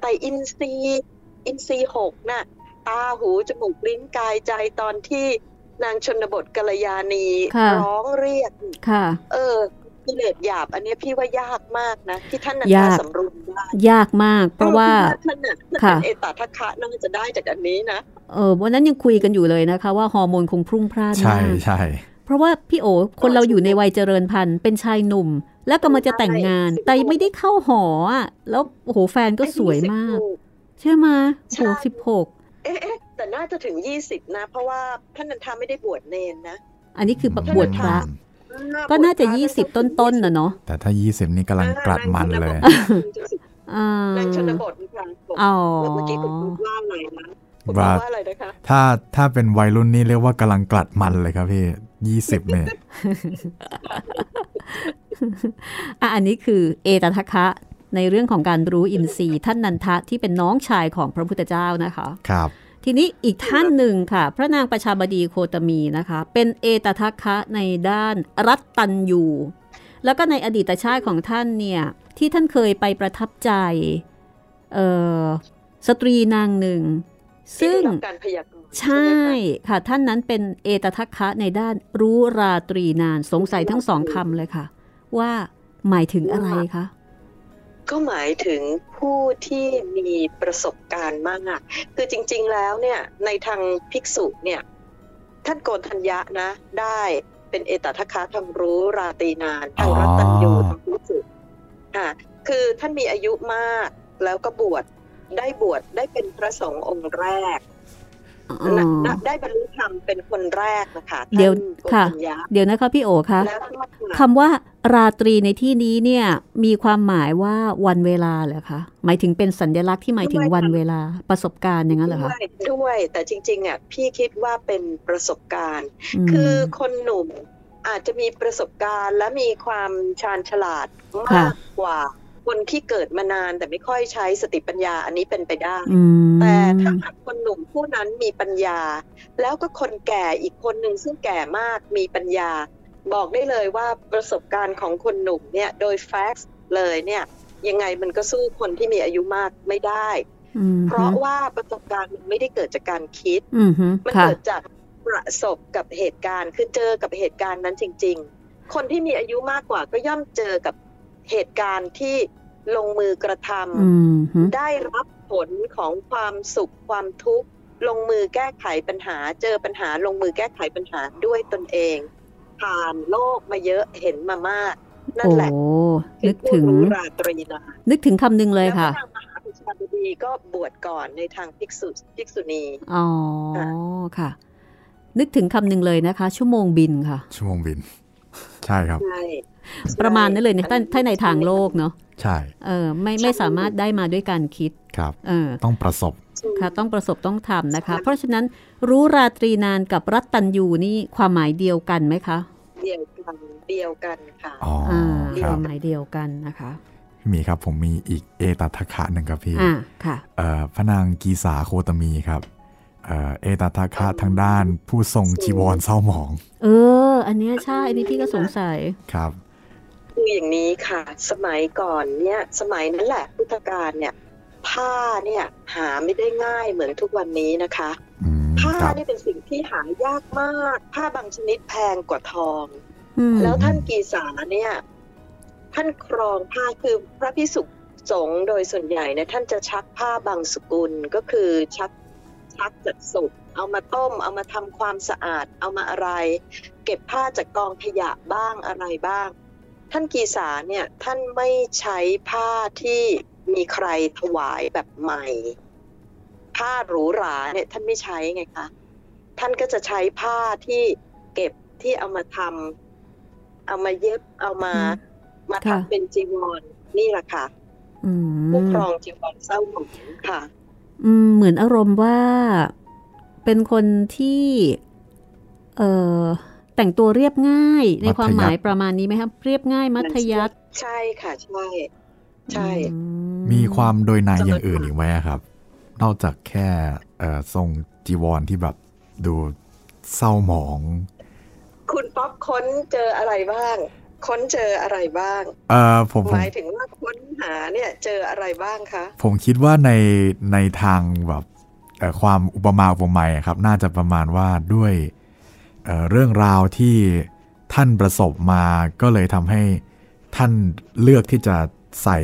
Speaker 4: แต่อินทรีย์อินทรีย์หกน่ะตาหูจมูกลิ้นกายใจตอนที่นางชนบทกัลยาณี
Speaker 2: ค่ะ
Speaker 4: ร้องเรียก
Speaker 2: ค่ะ
Speaker 4: เออกิเลสหยาบ อันเนี้ยพี่ว่ายากมากนะ ที่ท่านนัน
Speaker 2: ยา
Speaker 4: ทาก สำรวมได้
Speaker 2: ยากมากเพราะว่า
Speaker 4: ออท่านน่ะท่า
Speaker 2: ค่ะ
Speaker 4: นเป็นเอตทัคคะน่าจะได้จากอันนี้นะ
Speaker 2: เออวันนั้นยังคุยกันอยู่เลยนะคะ ว่าฮอร์โมนคงพรุ่งพล่าน
Speaker 3: ใช่
Speaker 2: มาก
Speaker 3: ใช่
Speaker 2: เพราะว่าพี่โอคนเราอยู่ในวัยเจริญพันธุ์เป็นชายหนุ่ม แล้วก็มาจะแต่งงาน แต่ไม่ได้เข้าหออะแล้วโอ้โหแฟนก็สวยมาก ใช่ไหมโอ้โหสิบหก
Speaker 4: เอ๊ะเอ๊ะแต่น่าจะถึง 20 นะ เพราะว่าท่านนันทาไม่ได้บวชเนนนะ
Speaker 2: อันนี้คือประบวชพระ
Speaker 3: อืม
Speaker 2: ก็น่าจะ
Speaker 4: บวชพร
Speaker 2: ยี่สิบต้นๆน่ะเนาะ
Speaker 3: แต่ถ้า 20 นี่กำลังกลัดมันเลย
Speaker 2: อ่าน
Speaker 4: างชนบทนางชนบท
Speaker 2: อ๋อ
Speaker 4: เมื่อกี้คุณพูดว่าอะไรนะคุณพูด
Speaker 3: ว่า
Speaker 4: ว่าอะไรนะคะ
Speaker 3: ถ้าถ้าเป็นวัยรุ่นนี่เรียกว่ากำลังกลัดมันเลยครับพี่ 20เนี่ย
Speaker 2: อ่ะอันนี้คือเอตทัคคะในเรื่องของการรู้อินทรีย์ท่านนันทะที่เป็นน้องชายของพระพุทธเจ้านะคะ
Speaker 3: ครับ
Speaker 2: ทีนี้อีกท่านหนึ่งค่ะ พระนางประชาบดีโคตมีนะคะ เป็นเอตทัคคะในด้านรัตตัญยูแล้วก็ในอดีตชาติของท่านเนี่ย ที่ท่านเคยไปประทับใจเอ่อสตรีนางหนึ่ง
Speaker 4: ซึ่
Speaker 2: ซึ่
Speaker 4: ง
Speaker 2: ง
Speaker 4: การพยากรณ์
Speaker 2: ใช่ค่ะท่านนั้นเป็นเอตทัคคะในด้านรู้ราตรีนานสงสัยทั้งสองคำเลยค่ะ ว่าหมายถึงอะไรคะ
Speaker 4: ก็หมายถึงผู้ที่มีประสบการณ์มาก คือจริงๆ แล้วเนี่ยในทางภิกษุเนี่ยท่านโกนทัญญะนะ ได้เป็นเอตทัคคะทางรู้ราตรีนานทางรัตตัญญูทางภิกษุค่ะคือท่านมีอายุมากแล้วก็บวชได้บวชได้เป็นพระสงฆ์องค์แรกนะนะได้บรรลุธรรมเป็นคนแรกนะคะท่าน
Speaker 2: เดี๋ยว
Speaker 4: โกน
Speaker 2: ค่ะ
Speaker 4: ทัญญะ
Speaker 2: เดี๋ยวนะคะพี่โอคะ
Speaker 4: แล้วก็มา
Speaker 2: คำว่าราตรีในที่นี้เนี่ยมีความหมายว่าวันเวลาเหรอคะหมายถึงเป็นสัญลักษณ์ที่หมายถึงวันเวลาประสบการณ์อย่างนั้นเหรอคะ
Speaker 4: ด้วยด้วย แต่จริงๆอ่ะพี่คิดว่าเป็นประสบการณ์
Speaker 2: ม
Speaker 4: คือคนหนุ่ม อาจจะมีประสบการณ์และมีความชาญฉลาด
Speaker 2: ค่ะ
Speaker 4: มากกว่า คนที่เกิดมานานแต่ไม่ค่อยใช้สติปัญญาอันนี้เป็นไปได้
Speaker 2: อืม
Speaker 4: แต่ถ้าหากคนหนุ่มผู้นั้นมีปัญญา แล้วก็คนแก่อีกคนหนึ่งซึ่งแก่มากมีปัญญา บอกได้เลยว่าประสบการณ์ของคนหนุ่มเนี่ยโดยแฟกซ์เลยเนี่ยยังไงมันก็สู้คนที่มีอายุมากไม่ได้
Speaker 2: อืม
Speaker 4: เพราะว่าประสบการณ์มันไม่ได้เกิดจากการคิด
Speaker 2: อืมฮึ
Speaker 4: มัน
Speaker 2: ค่ะ
Speaker 4: เกิดจากประสบกับเหตุการณ์ คือเจอกับเหตุการณ์นั้นจริง ๆ คนที่มีอายุมากกว่าก็ย่อมเจอกับเหตุการณ์ที่ลงมือกระทำ
Speaker 2: อืมฮึ
Speaker 4: ได้รับผลของความสุขความทุกข์ลงมือแก้ไขปัญหา เจอปัญหาลงมือแก้ไขปัญหาด้วยตนเอง ผ่านโลกมาเยอะเห็นมามาก นั่น
Speaker 2: โอ้
Speaker 4: แหละ
Speaker 2: นึกถึง
Speaker 4: คือผู้รู้ราตรีนะ
Speaker 2: นึกถึงคำหนึ่งเลยค่ะ
Speaker 4: แล้วก็นางมหาปุชาบดีก็บวชก่อนในทางภิกษุภิกษุณี
Speaker 2: อ๋อ
Speaker 4: ค่ะ
Speaker 2: ค่ะ นึกถึงคำหนึ่งเลยนะคะ ชั่วโมงบินค่ะ
Speaker 3: ชั่วโมงบิน ใช่ครับ
Speaker 4: ใช่
Speaker 2: ประมาณนั้นเลยในถ้าถ้าในทางโลกเนาะ
Speaker 3: ใช่
Speaker 2: เออไม่ไม่สามารถได้มาด้วยการคิด
Speaker 3: ครับ
Speaker 2: เออ
Speaker 3: ต้องประสบ
Speaker 2: ค่ะต้องประสบต้องทำนะคะ เพราะฉะนั้นรู้ราตรีนานกับรัตตัญยูนี่ความหมายเดียวกันไหมคะ
Speaker 4: เดียวกันเดียวกันค่ะ
Speaker 3: อ๋อ
Speaker 2: อ่า
Speaker 3: ค
Speaker 2: ค
Speaker 3: รับ
Speaker 2: วามหมายเดียวกันนะคะ
Speaker 3: พี่หมีครับผมมีอีกเอตัทคะหนึ่งครับพี่
Speaker 2: อ่าค่ะ
Speaker 3: เอ่อพระนางกีสาโคตมีครับ เอ่อเอตทัคคะทางด้านผู้ทรงจีวรเศร้าหมอง
Speaker 2: เออ อันเนี้ยใช่อันนี้พี่ก็สงสัย
Speaker 3: ครับ
Speaker 4: คืออย่างนี้ค่ะ สมัยก่อนเนี่ยสมัยนั้นแหละพุทธกาลเนี่ย ผ้าเนี่ยหาไม่ได้ง่ายเหมือนทุกวันนี้นะคะ
Speaker 3: อืม
Speaker 4: ผ้า
Speaker 3: ครับ
Speaker 4: นี่เป็นสิ่งที่หายากมาก ผ้าบางชนิดแพงกว่าทอง
Speaker 2: อืม
Speaker 4: แล้วท่านกีสาเนี่ย ท่านครองผ้าคือพระพิสุสงฆ์โดยส่วนใหญ่เนี่ยท่านจะชักผ้าบางสกุลก็คือชักชักจากศพเอามาต้ม เอามาทำความสะอาด เอามาอะไร เก็บผ้าจากกองขยะบ้างอะไรบ้าง ท่านกีสาเนี่ยท่านไม่ใช้ผ้าที่มีใครถวายแบบใหม่ ผ้าหรูหราเนี่ยท่านไม่ใช้ไงคะ ท่านก็จะใช้ผ้าที่เก็บที่เอามาทำเอามาเย็บเอามา
Speaker 2: อืม
Speaker 4: มา
Speaker 2: ค่ะ
Speaker 4: ทำเป็นจีวรนี่แหละค่ะ
Speaker 2: อื
Speaker 4: ผู้
Speaker 2: ม
Speaker 4: ครองจีวรเศร้าหมองค่ะ
Speaker 2: อืมเหมือนอารมณ์ว่าเป็นคนที่เออแต่งตัวเรียบง่ายในความหมา
Speaker 3: มัธ
Speaker 2: ย
Speaker 3: ยัติ
Speaker 2: ประมาณนี้ไหมครับ เรียบง่ายมัธยัติ
Speaker 4: ใช่ค่ะ ใช่ใช่
Speaker 2: อื
Speaker 3: มีความโดยในอย่างอื่นอีกไหมครับ นอกจากแค่เอ่อทรงจีวรที่แบบดูเศร้าหมอง
Speaker 4: คุณป๊อปค้นเจออะไรบ้าง ค้นเจออะไรบ้าง
Speaker 3: เอ่อผมผ
Speaker 4: ห
Speaker 3: ม
Speaker 4: มายถึงว่าค้นหาเนี่ยเจออะไรบ้างคะ
Speaker 3: ผมคิดว่าในในทางแบบเอ่อความอุปมาอุปไมยครับ น่าจะประมาณว่าด้วยเอ่อเรื่องราวที่ท่านประสบมาก็เลยทำให้ท่านเลือกที่จะใส่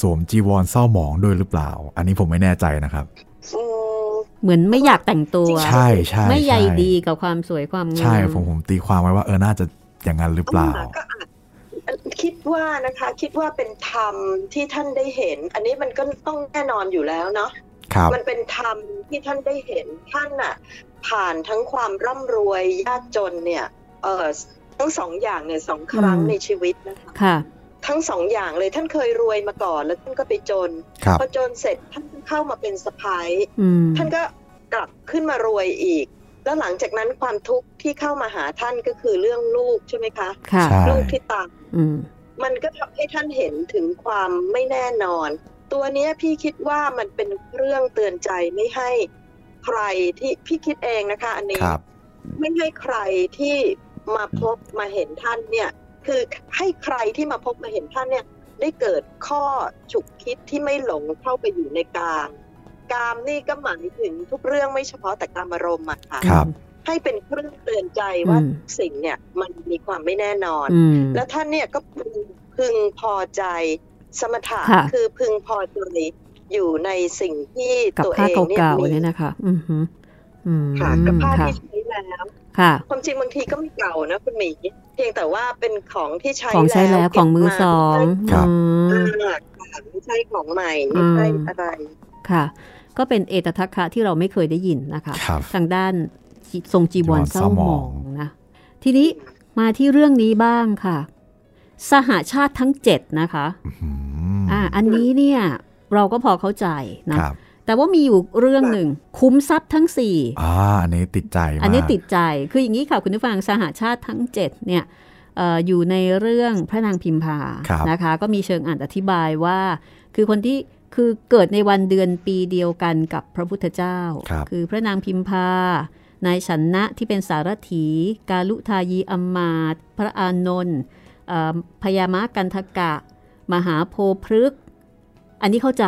Speaker 3: สวมจีวรเศร้าหมองด้วยหรือเปล่า อันนี้ผมไม่แน่ใจนะครับ
Speaker 4: อืม
Speaker 2: เหมือนไม่อยากแต่งตัว
Speaker 3: ใช่ใช่
Speaker 2: ไม่ใย
Speaker 3: ช่
Speaker 2: ดีกับความสวยความงาม
Speaker 3: ใช่ผมผมตีความไว้ว่าเออน่าจะอย่างนั้นหรือเปล่า
Speaker 4: ก็อาจคิดว่านะคะคิดว่าเป็นธรรมที่ท่านได้เห็น อันนี้มันก็ต้องแน่นอนอยู่แล้วเนาะ
Speaker 3: ครับ
Speaker 4: มันเป็นธรรมที่ท่านได้เห็นท่านน่ะ ผ่านทั้งความร่ำรวยยากจนเนี่ยเออทั้งสองอย่างเนี่ยสองครั้งในชีวิตนะคะ
Speaker 2: ค่ะ
Speaker 4: ทั้งสองอย่างเลยท่านเคยรวยมาก่อน แล้วท่านก็ไปจน
Speaker 3: ครับ
Speaker 4: พอจนเสร็จท่านเข้ามาเป็นสะพ้าย
Speaker 2: อืม
Speaker 4: ท่านก็กลับขึ้นมารวยอีก แล้วหลังจากนั้นความทุกข์ที่เข้ามาหาท่านก็คือเรื่องลูกใช่ไหมคะ
Speaker 2: ค่ะ
Speaker 3: ใช่
Speaker 4: ลูกที่ตาย
Speaker 2: อืม
Speaker 4: มันก็ทำให้ท่านเห็นถึงความไม่แน่นอน ตัวเนี้ยพี่คิดว่ามันเป็นเรื่องเตือนใจไม่ให้ใครที่พี่คิดเองนะคะ อันนี้
Speaker 3: ครับ
Speaker 4: ไม่ให้ใครที่มาพบมาเห็นท่านเนี่ย คือให้ใครที่มาพบมาเห็นท่านเนี่ย ได้เกิดข้อฉุกคิดที่ไม่หลงเข้าไปอยู่ในกาม กามนี่ก็หมายถึงทุกเรื่องไม่เฉพาะแต่กามอารมณ์อะค่ะ
Speaker 3: ครับ
Speaker 4: ให้เป็นเครื่องเตือนใจว่า
Speaker 2: อืม
Speaker 4: สิ่งเนี่ยมันมีความไม่แน่นอน
Speaker 2: อืม
Speaker 4: แล้วท่านเนี่ยก็พึงพึงพอใจสมถะ
Speaker 2: ค่ะ
Speaker 4: คือพึงพอใจอยู่ในสิ่งที่
Speaker 2: กับ
Speaker 4: ตัว
Speaker 2: ผ้า
Speaker 4: เองเนี่ย
Speaker 2: เก่าๆ
Speaker 4: มี
Speaker 2: เนี่ยนะคะ อืมฮึอืม
Speaker 4: ค่ะกับผ้า
Speaker 2: ค่ะ
Speaker 4: ที่ใช้แล้ว
Speaker 2: ค่ะ
Speaker 4: ความจริงบางทีก็ไม่เก่านะคุณหมีเพียงแต่ว่าเป็นของที่ใช้
Speaker 2: ของใช้แล้ว
Speaker 4: เก็บ
Speaker 2: ของมือสอง
Speaker 3: ครับ
Speaker 2: อื
Speaker 4: อ่าม ค่ะไม่ใช่ของใหม่ไม่ใช่อะไร
Speaker 2: ค่ะ ก็เป็นเอตทัคคะที่เราไม่เคยได้ยินนะคะ
Speaker 3: ครับ
Speaker 2: ทางด้านทรงจีวรเศร้า
Speaker 3: จีวรเศร้าห
Speaker 2: หม
Speaker 3: ม
Speaker 2: อ
Speaker 3: อง ง
Speaker 2: นะ ทีนี้มาที่เรื่องนี้บ้างค่ะ สหชาติทั้งเจ็ดนะคะ
Speaker 3: อืม
Speaker 2: อ่า อันนี้เนี่ยเราก็พอเข้าใจนะ
Speaker 3: ครับ
Speaker 2: แต่ว่ามีอยู่เรื่องหนึ่ง คุ้มทรัพย์ทั้งสี่
Speaker 3: อ่าอันนี้ติดใจมาก
Speaker 2: อันนี้ติดใจ คืออย่างนี้ค่ะคุณผู้ฟังสหชาติทั้ง 7 เนี่ยเอ่ออยู่ในเรื่องพระนางพิมพา นะคะ ก็มีเชิงอ่านอธิบายว่า คือคนที่ คือเกิดในวันเดือนปีเดียวกันกับพระพุทธเจ้า
Speaker 3: ครับ
Speaker 2: อพระนางพิมพา นายชันนะที่เป็นสารถีกาลุทายีอำมาตย์พระอานนท์เอ่อพญามะกันทกะ มหาโพธิ์พฤกษ์อันนี้เข้าใจ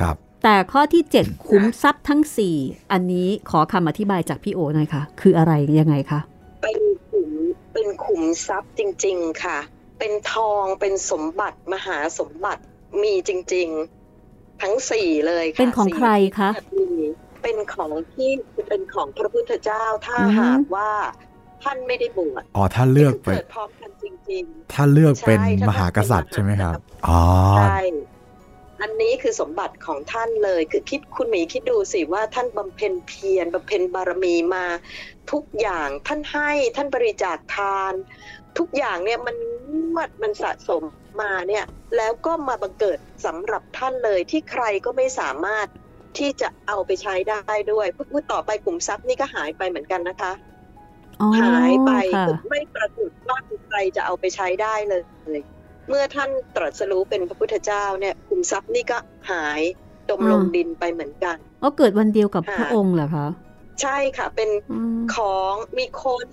Speaker 3: ครับ
Speaker 2: แต่ข้อที่ 7 คุ้มทรัพย์ทั้ง 4 อันนี้ขอคำอธิบายจากพี่โอหน่อยค่ะ คืออะไรยังไงคะ
Speaker 4: เป็นขุมเป็นขุมทรัพย์จริง ๆ ค่ะ เป็นทองเป็นสมบัติมหาสมบัติมีจริง ๆ ทั้งสี่เลยค่ะ
Speaker 2: เป็นของ
Speaker 4: สี่
Speaker 2: ใครคะ
Speaker 4: มีเป็นของที่เป็นของพระพุทธเจ้าถ้า
Speaker 2: อือฮึ
Speaker 4: หากว่าท่านไม่ได้บวช
Speaker 3: อ๋อถ้าเลือกไป
Speaker 4: เกิดพร้อมกันจริง
Speaker 3: ถ้าเลือกเป็น
Speaker 4: ใช่ถ้า
Speaker 3: มหากษัตริย์ใช่ไหมครับ อ๋อ
Speaker 4: ๆใช่อันนี้คือสมบัติของท่านเลย คือคิดคุณหมีคิดดูสิว่าท่านบำเพ็ญเพียรบำเพ็ญบารมีมา ทุกอย่างท่านให้ท่านบริจาคทาน ทุกอย่างเนี่ยมันงวดมันสะสมมาเนี่ย แล้วก็มาบังเกิดสำหรับท่านเลยที่ใครก็ไม่สามารถที่จะเอาไปใช้ได้ด้วยพูดต่อไปกลุ่มทรัพย์นี่ก็หายไปเหมือนกันนะคะ
Speaker 2: อ๋อ
Speaker 4: หายไป
Speaker 2: ค่ะ
Speaker 4: คือไม่ปรากฏว่าใครจะเอาไปใช้ได้เลย เมื่อท่านตรัสรู้เป็นพระพุทธเจ้าเนี่ยคุมทรัพย์นี่ก็หายจมลง
Speaker 2: อ่า
Speaker 4: ดินไปเหมือนกัน
Speaker 2: อ๋อเกิดวันเดียวกับ
Speaker 4: ค่ะ
Speaker 2: พระองค์เหรอคะ
Speaker 4: ใช่ค่ะเป็น
Speaker 2: อืม
Speaker 4: ของมีคน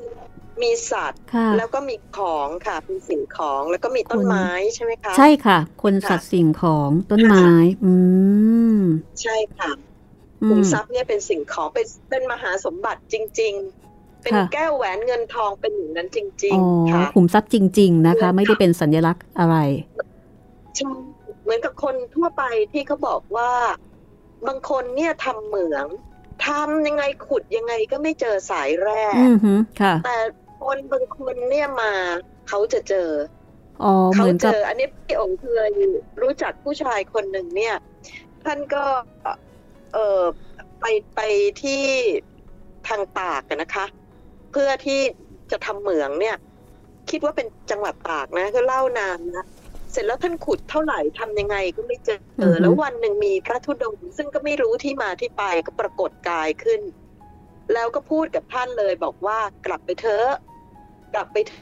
Speaker 4: มีสัตว์
Speaker 2: ค่ะ
Speaker 4: แล้วก็มีของค่ะเป็นสิ่งของแล้วก็มีต้น
Speaker 2: คน
Speaker 4: ไม้ใช่ไหมคะ
Speaker 2: ใช่ค่ะ คน
Speaker 4: ค่ะ
Speaker 2: สัตว์สิ่งของต้นไม้ อืม
Speaker 4: ใช่ค่ะ
Speaker 2: อื
Speaker 4: คุม
Speaker 2: ม
Speaker 4: ทรัพย์เนี่ยเป็นสิ่งของเป็นเป็นมหาสมบัติจริง ๆ เป็น
Speaker 2: ค่ะ
Speaker 4: แก้วแหวนเงินทองเป็นอย่างนั้นจริง
Speaker 2: อ๋อ
Speaker 4: ๆ ค่ะ
Speaker 2: ขุมทรัพย์จริง ๆ นะคะ ไม่ได้เป็นสัญลักษณ์อะไร
Speaker 4: ใช่เหมือนกับคนทั่วไปที่เขาบอกว่า บางคนเนี่ยทำเหมืองทำยังไงขุดยังไงก็ไม่เจอสายแร่
Speaker 2: อือหือค่ะ
Speaker 4: แต่คนบางคนเนี่ยมา เขาจะเจอ
Speaker 2: อ๋อเห
Speaker 4: เขา
Speaker 2: มือน
Speaker 4: เจ
Speaker 2: กับ
Speaker 4: อ อันนี้พี่องค์เคยรู้จักผู้ชายคนหนึ่งเนี่ย ท่านก็ เออไปไปที่ทางตากอะนะคะ เพื่อที่จะทำเหมืองเนี่ย คิดว่าเป็นจังหวัดตากนะก็เล่านานนะเสร็จแล้วท่านขุดเท่าไหร่ทำยังไงก็ไม่เจอเออแล้ววันหนึ่งมีพระธุดงค์ซึ่งก็ไม่รู้ที่มาที่ไปก็ปรากฏกายขึ้น แล้วก็พูดกับท่านเลยบอกว่ากลับไปเถอะกลับไปเถ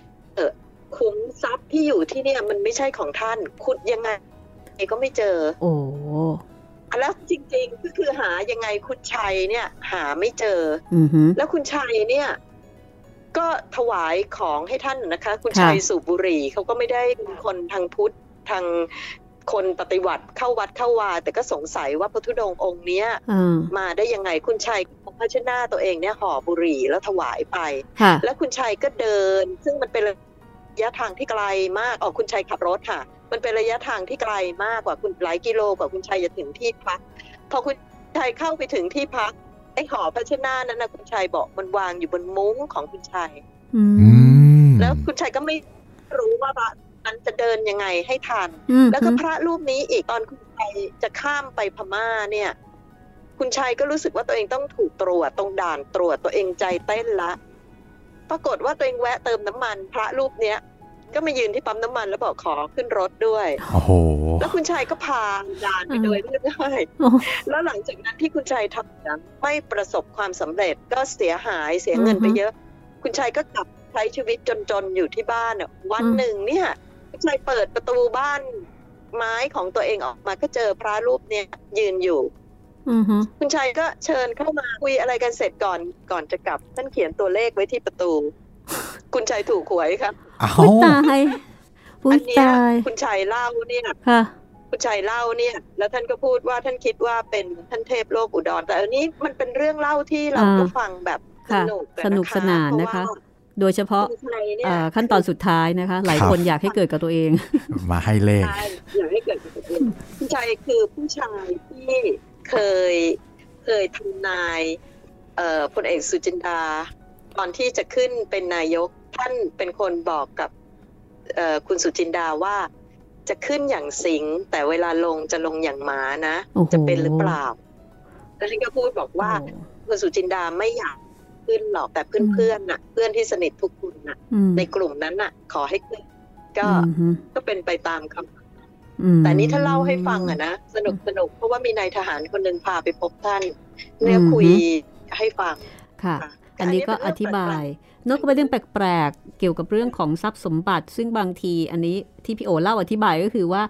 Speaker 4: อะคุ้มทรัพย์ที่อยู่ที่เนี่ย มันไม่ใช่ของท่าน ขุดยังไงก็ไม่เจอ
Speaker 2: โอ้
Speaker 4: แล้วจริงๆก็คือหายังไงคุณชัยเนี่ย หาไม่เจอ
Speaker 2: อือหือ
Speaker 4: แล้วคุณชัยเนี่ย ก็ถวายของให้ท่านนะคะ คุณชัย
Speaker 2: ค่ะ
Speaker 4: สูบบุหรี่เขาก็ไม่ได้เป็นคนทางพุทธทางคนปฏิวัติเข้าวัดเข้าวา แต่ก็สงสัยว่าพระธุดงค์องค์เนี้ย
Speaker 2: อ่า
Speaker 4: มาได้ยังไงคุณชัยเอาภาชนะตัวเองเนี่ยห่อบุหรี่แล้วถวายไป
Speaker 2: ค่ะ
Speaker 4: แล้วคุณชัยก็เดิน ซึ่งมันเป็นระยะทางที่ไกลมากออกคุณชัยขับรถค่ะ มันเป็นระยะทางที่ไกลมากกว่าคุณหลายกิโลกว่าคุณชัยจะถึงที่พัก พอคุณชัยเข้าไปถึงที่พักไอ้หอพระชนะนั้นนะคุณชัยบอกมันวางอยู่บนมุ้งของคุณชัย
Speaker 2: อื
Speaker 3: อื
Speaker 2: ม
Speaker 3: ม
Speaker 4: แล้วคุณชัยก็ไม่รู้ว่าพระนั้นจะเดินยังไงให้ทัน
Speaker 2: อืม
Speaker 4: แล้วก็พระรูปนี้อีกตอนคุณชัยจะข้ามไปพม่าเนี่ย คุณชัยก็รู้สึกว่าตัวเองต้องถูกตรวจตรงด่านตรวจตัวเองใจเต้นละ ปรากฏว่าตัวเองแวะเติมน้ำมัน พระรูปเนี้ยก็มายืนที่ปั๊มน้ำมันแล้วบอกขอขึ้นรถด้วย
Speaker 3: โอ้โห
Speaker 4: แล้วคุณชัยก็พาด่านไป
Speaker 2: อ่า
Speaker 4: โดยเรียบง่าย
Speaker 2: โอ้
Speaker 4: แล้วหลังจากนั้นที่คุณชัยทำนั้นไม่ประสบความสำเร็จก็เสียหายเสียเงินไป
Speaker 2: อือฮึ
Speaker 4: เยอะ คุณชัยก็กลับใช้ชีวิตจนๆอยู่ที่บ้านอะวันหนึ่งเนี่ย คุณชัยเปิดประตูบ้านไม้ของตัวเองออกมาก็เจอพระรูปเนี่ยยืนอยู่
Speaker 2: อือหือ
Speaker 4: คุณชัยก็เชิญเข้ามาคุยอะไรกันเสร็จก่อนก่อนจะกลับท่านเขียนตัวเลขไว้ที่ประตู คุณชัยถูกหวยครับ
Speaker 3: เอ้า
Speaker 2: อุ้ยตายอุ้
Speaker 4: อั
Speaker 2: ย
Speaker 4: นเนี้ย
Speaker 2: ตาย
Speaker 4: คุณชัยเล่าเนี่ย
Speaker 2: ค่ะ
Speaker 4: คุณชัยเล่าเนี่ย แล้วท่านก็พูดว่าท่านคิดว่าเป็นท่านเทพโลกอุดร แต่อันนี้มันเป็นเรื่องเล่าที่เรา
Speaker 2: อ่า
Speaker 4: ก็ฟังแบบส
Speaker 2: ค่ะ
Speaker 4: นุกอะ
Speaker 2: สนุกสนานนะคะ
Speaker 4: เพราะว่า
Speaker 2: โดยเฉพาะ
Speaker 4: คุณชัยเนี่ย
Speaker 2: เอ่อขั้นตอนสุดท้ายนะคะ หลาย
Speaker 3: ครับ
Speaker 2: คนอยากให้เกิดกับตัวเอง
Speaker 3: มาให้เลข
Speaker 4: ใช่อยากให้เกิดกับตัวเองคุณชัยคือผู้ชายที่เคยเคยทำนายเอ่อพลเอกสุจินดา ตอนที่จะขึ้นเป็นนายกท่านเป็นคนบอกกับเอ่อคุณสุจินดาว่า จะขึ้นอย่างสิงห์แต่เวลาลงจะลงอย่างม้านะ
Speaker 2: โอ้โห
Speaker 4: จะเป็นหรือเปล่า แล้วท่านก็พูดบอกว่า คุณสุจินดาไม่อยากขึ้นหรอกแต่เพื่อนๆน่ะ เพื่อนที่สนิททุกคนน่ะ
Speaker 2: อืม
Speaker 4: ในกลุ่มนั้นน่ะ ขอให้ขึ้นก็
Speaker 2: อืม
Speaker 4: ก็เป็นไปตามค
Speaker 2: อืม
Speaker 4: แต่นี่ถ้าเล่าให้ฟังอะนะสนุกสนุกเพราะว่ามีนายทหารคนหนึ่งพาไปพบท่านเนี่ยคุยให้ฟัง
Speaker 2: ค่ะ
Speaker 4: ค่ะ
Speaker 2: อันนี้ก็
Speaker 4: เป็
Speaker 2: อธิบายเนอะก็เป็นเรื่องแปลกๆ เกี่ยวกับเรื่องของทรัพย์สมบัติ ซึ่งบางทีอันนี้ที่พี่โอเล่าอธิบายก็คือว่า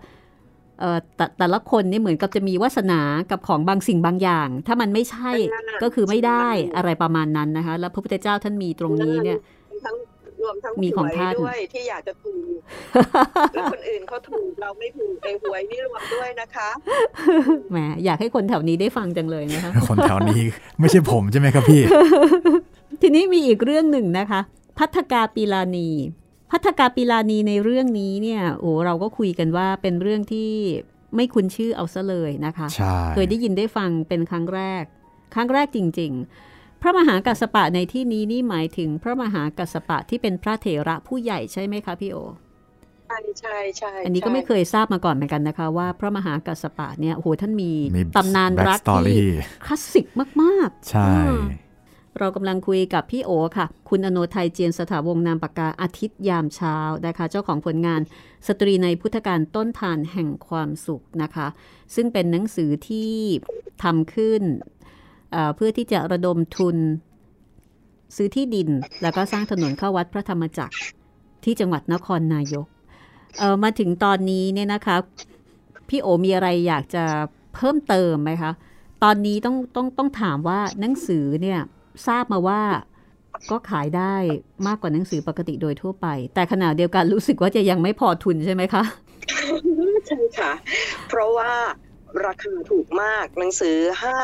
Speaker 2: เอ่อแต่แต่ละคนเนี่ยเหมือนกับจะมีวาสนากับของบางสิ่งบางอย่าง ถ้ามันไม่ใช่
Speaker 4: เรื่องแปล
Speaker 2: ก็คือไม่ได้อะไรประมาณนั้นนะคะ แล้วพระพุทธเจ้าท่านมีตรงนี้เนี่ย
Speaker 4: ๆทั้งรวมทั้ง
Speaker 2: มีของ
Speaker 4: หวย
Speaker 2: ท่าน
Speaker 4: ด้วยที่อยากจะถู ก แล้วคนอื่นเขาถูกเราไม่ถูกไอ้หวยนี่รวมด้วยนะคะ
Speaker 2: แหมอยากให้คนแถวนี้ได้ฟังจังเลยนะคะ
Speaker 3: คนแถวนี้ ไม่ใช่ผมใช่ไหมครับพี่
Speaker 2: ทีนี้มีอีกเรื่องหนึ่งนะคะ พัทกาปีลานี พัทกาปีลานีในเรื่องนี้เนี่ยโอ้เราก็คุยกันว่าเป็นเรื่องที่ไม่คุ้นชื่อเอาซะเลยนะคะ
Speaker 3: ใช่
Speaker 2: เคยได้ยินได้ฟังเป็นครั้งแรก ครั้งแรกจริง ๆ พระมหากัสสปะในที่นี้นี่หมายถึงพระมหากัสสปะที่เป็นพระเถระผู้ใหญ่ใช่ไหมคะพี่โอ
Speaker 4: ใช่ใช่ใช่
Speaker 2: อันนี้ก็ไม่เคยทราบมาก่อนเหมือนกันนะคะ ว่าพระมหากัสสปะเนี่ยโอ้โหท่านมี
Speaker 3: มี
Speaker 2: ตำนานรัก
Speaker 3: สตอ
Speaker 2: ที่
Speaker 3: รี่
Speaker 2: คลาสสิกมากๆ
Speaker 3: ใช่
Speaker 2: เรากำลังคุยกับพี่โอค่ะ คุณอโนไทยเจียนสถาวงศ์นามปากกาอาทิตย์ยามเช้านะคะ เจ้าของผลงานสตรีในพุทธการต้นทานแห่งความสุขนะคะ ซึ่งเป็นหนังสือที่ทำขึ้นเอ่อเพื่อที่จะระดมทุน ซื้อที่ดิน แล้วก็สร้างถนนเข้าวัดพระธรรมจักรที่จังหวัดนครนายกเอ่อมาถึงตอนนี้เนี่ยนะคะ พี่โอมีอะไรอยากจะเพิ่มเติมไหมคะ ตอนนี้ต้องต้องต้องถามว่าหนังสือเนี่ยทราบมาว่าก็ขายได้มากกว่าหนังสือปกติโดยทั่วไป แต่ขณะเดียวกันรู้สึกว่าจะยังไม่พอทุนใช่ไหมคะ
Speaker 4: ใช่ค่ะ เพราะว่าราคาถูกมากหนังสือ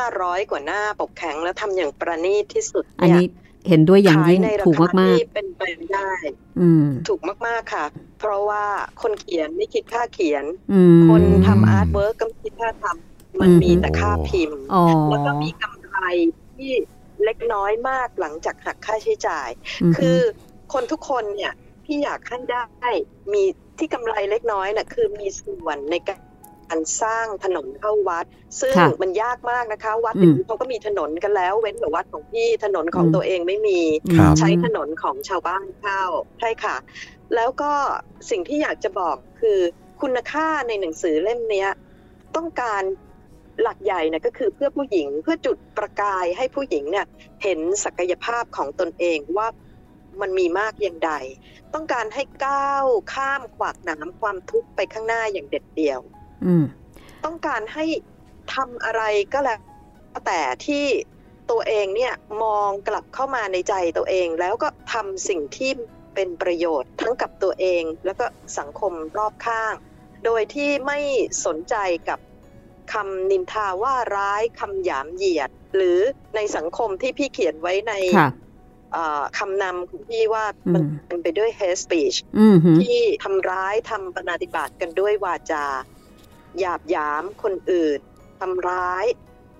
Speaker 4: 500 กว่าหน้าปกแข็งแล้วทำอย่างประณีตที่สุด
Speaker 2: อัน
Speaker 4: เย
Speaker 2: นี้เห็นด้วยอย่าง
Speaker 4: ขาย
Speaker 2: ยิ่ง
Speaker 4: ในร
Speaker 2: ถูก
Speaker 4: ค
Speaker 2: มาก
Speaker 4: ที่เป็นไปได้
Speaker 2: ๆ อืม
Speaker 4: ถูกมากๆค่ะ เพราะว่าคนเขียนไม่คิดค่าเขียน
Speaker 2: อืม
Speaker 4: คนทำอาร์ตเวิร์กก็ไม่คิดค่าทำมัน
Speaker 2: อืม
Speaker 4: มีแต่ค่าพิมพ์
Speaker 2: อ๋อ
Speaker 4: แล้วก็มีกำไรที่เล็กน้อยมากหลังจากหักค่าใช้จ่าย
Speaker 2: ม
Speaker 4: คือคนทุกคนเนี่ยที่อยากให้ได้มีที่กำไรเล็กน้อยน่ะคือมีส่วนในการสร้างถนนเข้าวัด ซึ่ง
Speaker 2: ค่ะ
Speaker 4: มันยากมากนะคะ วัดเดี๋ยวนี้เขาก็มีถนนกันแล้ว เว้นแต่วัดของพี่ถนนของ
Speaker 2: อืม
Speaker 4: ตัวเองไม่มี
Speaker 2: อืม
Speaker 4: ใช้ถนนของชาวบ้านเข้าใช่ค่ะ แล้วก็สิ่งที่อยากจะบอกคือคุณค่าในหนังสือเล่มเนี้ย ต้องการหลักใหญ่นะก็คือเพื่อผู้หญิงเพื่อจุดประกายให้ผู้หญิงเนี่ย เห็นศักยภาพของตนเองว่ามันมีมากอย่างใด ต้องการให้ก้าวข้ามขวากหนามความทุกข์ไปข้างหน้าอย่างเด็ดเดี่ยว
Speaker 2: อืม
Speaker 4: ต้องการให้ทำอะไรก็แล้วแต่ที่ตัวเองเนี่ยมองกลับเข้ามาในใจตัวเอง แล้วก็ทำสิ่งที่เป็นประโยชน์ทั้งกับตัวเองแล้วก็สังคมรอบข้าง โดยที่ไม่สนใจกับคำนินทาว่าร้ายคำหยามเหยียด หรือในสังคมที่พี่เขียนไว้ใน
Speaker 2: ค่ะ
Speaker 4: เอ่อคำนำของพี่ว่า
Speaker 2: อืม
Speaker 4: มันเต็มไปด้วย hate speech
Speaker 2: อืมหืม
Speaker 4: ที่ทำร้ายทำประนาธิบาตกันด้วยวาจา หยาบหยามคนอื่นทำร้าย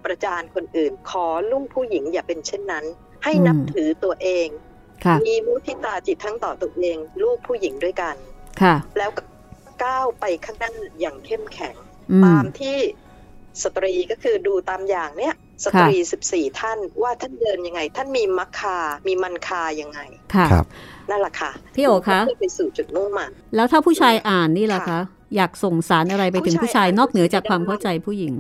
Speaker 4: ประจานคนอื่น ขอลุ่มผู้หญิงอย่าเป็นเช่นนั้น ให้นับถือตัวเอง
Speaker 2: ค่ะ
Speaker 4: มีมุทิตาจิตทั้งต่อตัวเอง ลูกผู้หญิงด้วยกัน
Speaker 2: ค่ะ
Speaker 4: แล้วก็ก้าวไปข้างหน้าอย่างเข้มแข็ง
Speaker 2: อืม
Speaker 4: ตามที่สตรีก็คือดูตามอย่างเนี้ยสตรีสิบสี่ท่านว่าท่านเดินยังไง ท่านมีมัคคา มีมันคายังไง
Speaker 2: ค่ะ
Speaker 3: ครับ
Speaker 4: นั่นแหละค่ะ
Speaker 2: พี่โอคะ
Speaker 4: เพื่อไปสู่จุดมุ่งหมาย
Speaker 2: แล้วถ้าผู้ชายอ่านนี่ล่ะคะ
Speaker 4: ค่ะ
Speaker 2: อยากส่งสารอะไรไปถึง
Speaker 4: ผู้
Speaker 2: ผู้ชา
Speaker 4: ชาย ย
Speaker 2: นอกเหนือจาก
Speaker 4: อ่าน
Speaker 2: ความเข้าใจผู้หญิง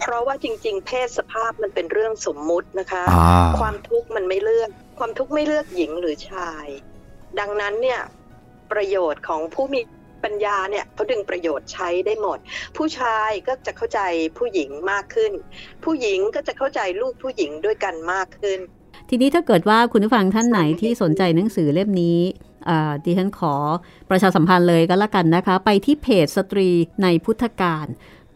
Speaker 4: เพราะว่าจริง ๆ เพศสภาพมันเป็นเรื่องสมมุตินะคะ
Speaker 3: อ่า
Speaker 4: ความทุกข์มันไม่เลือก ความทุกข์ไม่เลือกหญิงหรือชาย ดังนั้นเนี่ยประโยชน์ของผู้มีปัญญาเนี่ยเขาดึงประโยชน์ใช้ได้หมด ผู้ชายก็จะเข้าใจผู้หญิงมากขึ้น ผู้หญิงก็จะเข้าใจลูกผู้หญิงด้วยกันมากขึ้น
Speaker 2: ทีนี้ถ้าเกิดว่าคุณผู้ฟังท่านไหนที่สนใจหนังสือเล่มนี้อ่าดิฉันขอประชาสัมพันธ์เลยก็แล้วกันนะคะ ไปที่เพจสตรีในพุทธการ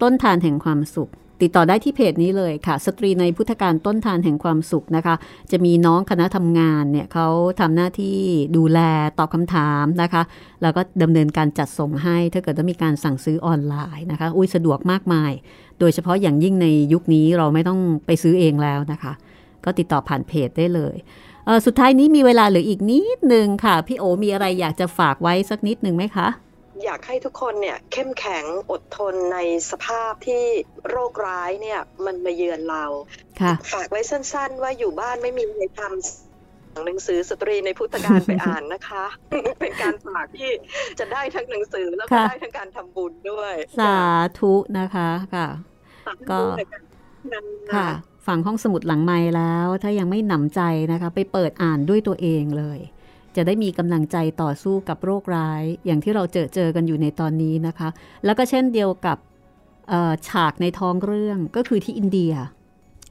Speaker 2: ต้นทานแห่งความสุข ติดต่อได้ที่เพจนี้เลยค่ะ สตรีในพุทธการต้นทานแห่งความสุขนะคะ จะมีน้องคณะทำงานเนี่ยเขาทำหน้าที่ดูแลตอบคำถามนะคะ แล้วก็ดำเนินการจัดส่งให้ ถ้าเกิดว่ามีการสั่งซื้อออนไลน์นะคะ อุ้ยสะดวกมากมาย โดยเฉพาะอย่างยิ่งในยุคนี้เราไม่ต้องไปซื้อเองแล้วนะคะ ก็ติดต่อผ่านเพจได้เลยเออสุดท้ายนี้มีเวลาเหลืออีกนิดนึงค่ะ พี่โอมีอะไรอยากจะฝากไว้สักนิดนึงไหมคะ
Speaker 4: อยากให้ทุกคนเนี่ยเข้มแข็งอดทนในสภาพที่โรคร้ายเนี่ยมันมาเยือนเรา
Speaker 2: ค่ะ
Speaker 4: ฝากไว้สั้นๆ ว่าอยู่บ้านไม่มีอะไรทำ หนังสือสตรีในพุทธการไปอ่านนะคะ เป็นการฝากที่จะได้ทั้งหนังสือแล้วก็
Speaker 2: ค่ะ
Speaker 4: ได้ทั้งการทำบุญด้วย
Speaker 2: สาธุนะคะค่ะ
Speaker 4: ฝา
Speaker 2: ก็
Speaker 4: ด้วยนน
Speaker 2: ค่ะ ฝั่งห้องสมุดหลังไม้แล้ว ถ้ายังไม่หนำใจนะคะ ไปเปิดอ่านด้วยตัวเองเลย จะได้มีกำลังใจต่อสู้กับโรคร้าย อย่างที่เราเจอเจอกันอยู่ในตอนนี้นะคะ แล้วก็เช่นเดียวกับเอ่อฉากในท้องเรื่องก็คือที่อินเดีย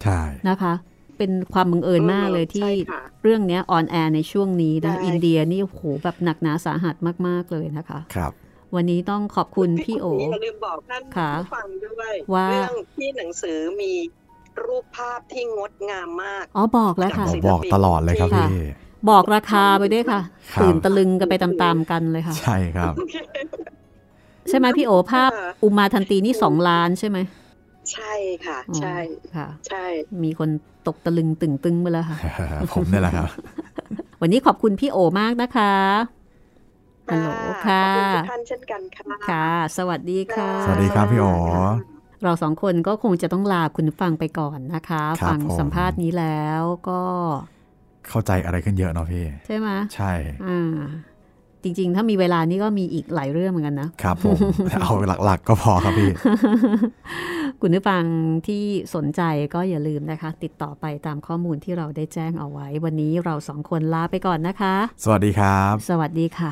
Speaker 3: ใช่
Speaker 2: นะคะ เป็นความบังเอิญมากเลยที่
Speaker 4: ใช่ค่ะ
Speaker 2: เรื่องเนี้ออนแอร์ในช่วงนี้นะ
Speaker 4: ได้
Speaker 2: อินเดียนี่โอ้โหแบบหนักหนาสาหัสมาก ๆ เลยนะคะ
Speaker 3: ครับ
Speaker 2: วันนี้ต้องขอบคุณพี่โอ
Speaker 4: คนนี้ย่าลืมบอกท่าน
Speaker 2: ค่ะ
Speaker 4: ผู้ฟังด้วย
Speaker 2: ว่า
Speaker 4: เรื่องที่หนังสือมีรูปภาพที่งดงามมาก
Speaker 2: อ๋อบอกแล้วค่ะ
Speaker 3: บอ
Speaker 4: ศิ
Speaker 3: ก
Speaker 4: ลปิน
Speaker 3: บอกตลอดเลยครับ
Speaker 2: ค่ะ
Speaker 3: พี่
Speaker 2: บอกราคาไปด้วยค่ะ
Speaker 3: ครับ
Speaker 2: ตื่นตะลึงกันไปตามๆกันเลยค่ะ
Speaker 3: ใช่ครับ
Speaker 2: ใช่ไหมพี่โอภาพ
Speaker 4: ค่ะ
Speaker 2: อุมาทันตีนี่ 2 ล้านใช่ไหม
Speaker 4: ใช่ค่ะ
Speaker 2: อ๋อ
Speaker 4: ใช่
Speaker 2: ค่ะ
Speaker 4: ใช่
Speaker 2: มีคนตกตะลึงตึงตึงไปแล้วค่ะ
Speaker 3: ผมเนี่ยแหละครับ
Speaker 2: วันนี้ขอบคุณพี่โอมากนะคะฮัลโหลค่ะ
Speaker 4: ขอบณทุกท่านเช่นกันค่ะ
Speaker 2: ค่ะ สวัสดีค่ะ
Speaker 3: สวัสดีครับพี่โอ
Speaker 2: เราสองคนก็คงจะต้องลาคุณผู้ฟังไปก่อนนะคะ
Speaker 3: ครับ
Speaker 2: ฟั
Speaker 3: ผม
Speaker 2: สัมภาษณ์นี้แล้วก็
Speaker 3: เข้าใจอะไรขึ้นเยอะเนาะพี่
Speaker 2: ใช่ไหม
Speaker 3: ใช่
Speaker 2: อ่า จริงๆ ถ้ามีเวลานี่ก็มีอีกหลายเรื่องเหมือนกันนะ
Speaker 3: ครับผมเอาหลักๆก็พอครับพี่
Speaker 2: คุณผู้ฟังที่สนใจก็อย่าลืมนะคะ ติดต่อไปตามข้อมูลที่เราได้แจ้งเอาไว้ วันนี้เราสองคนลาไปก่อนนะคะ
Speaker 3: สวัสดีครับ
Speaker 2: สวัสดีค่ะ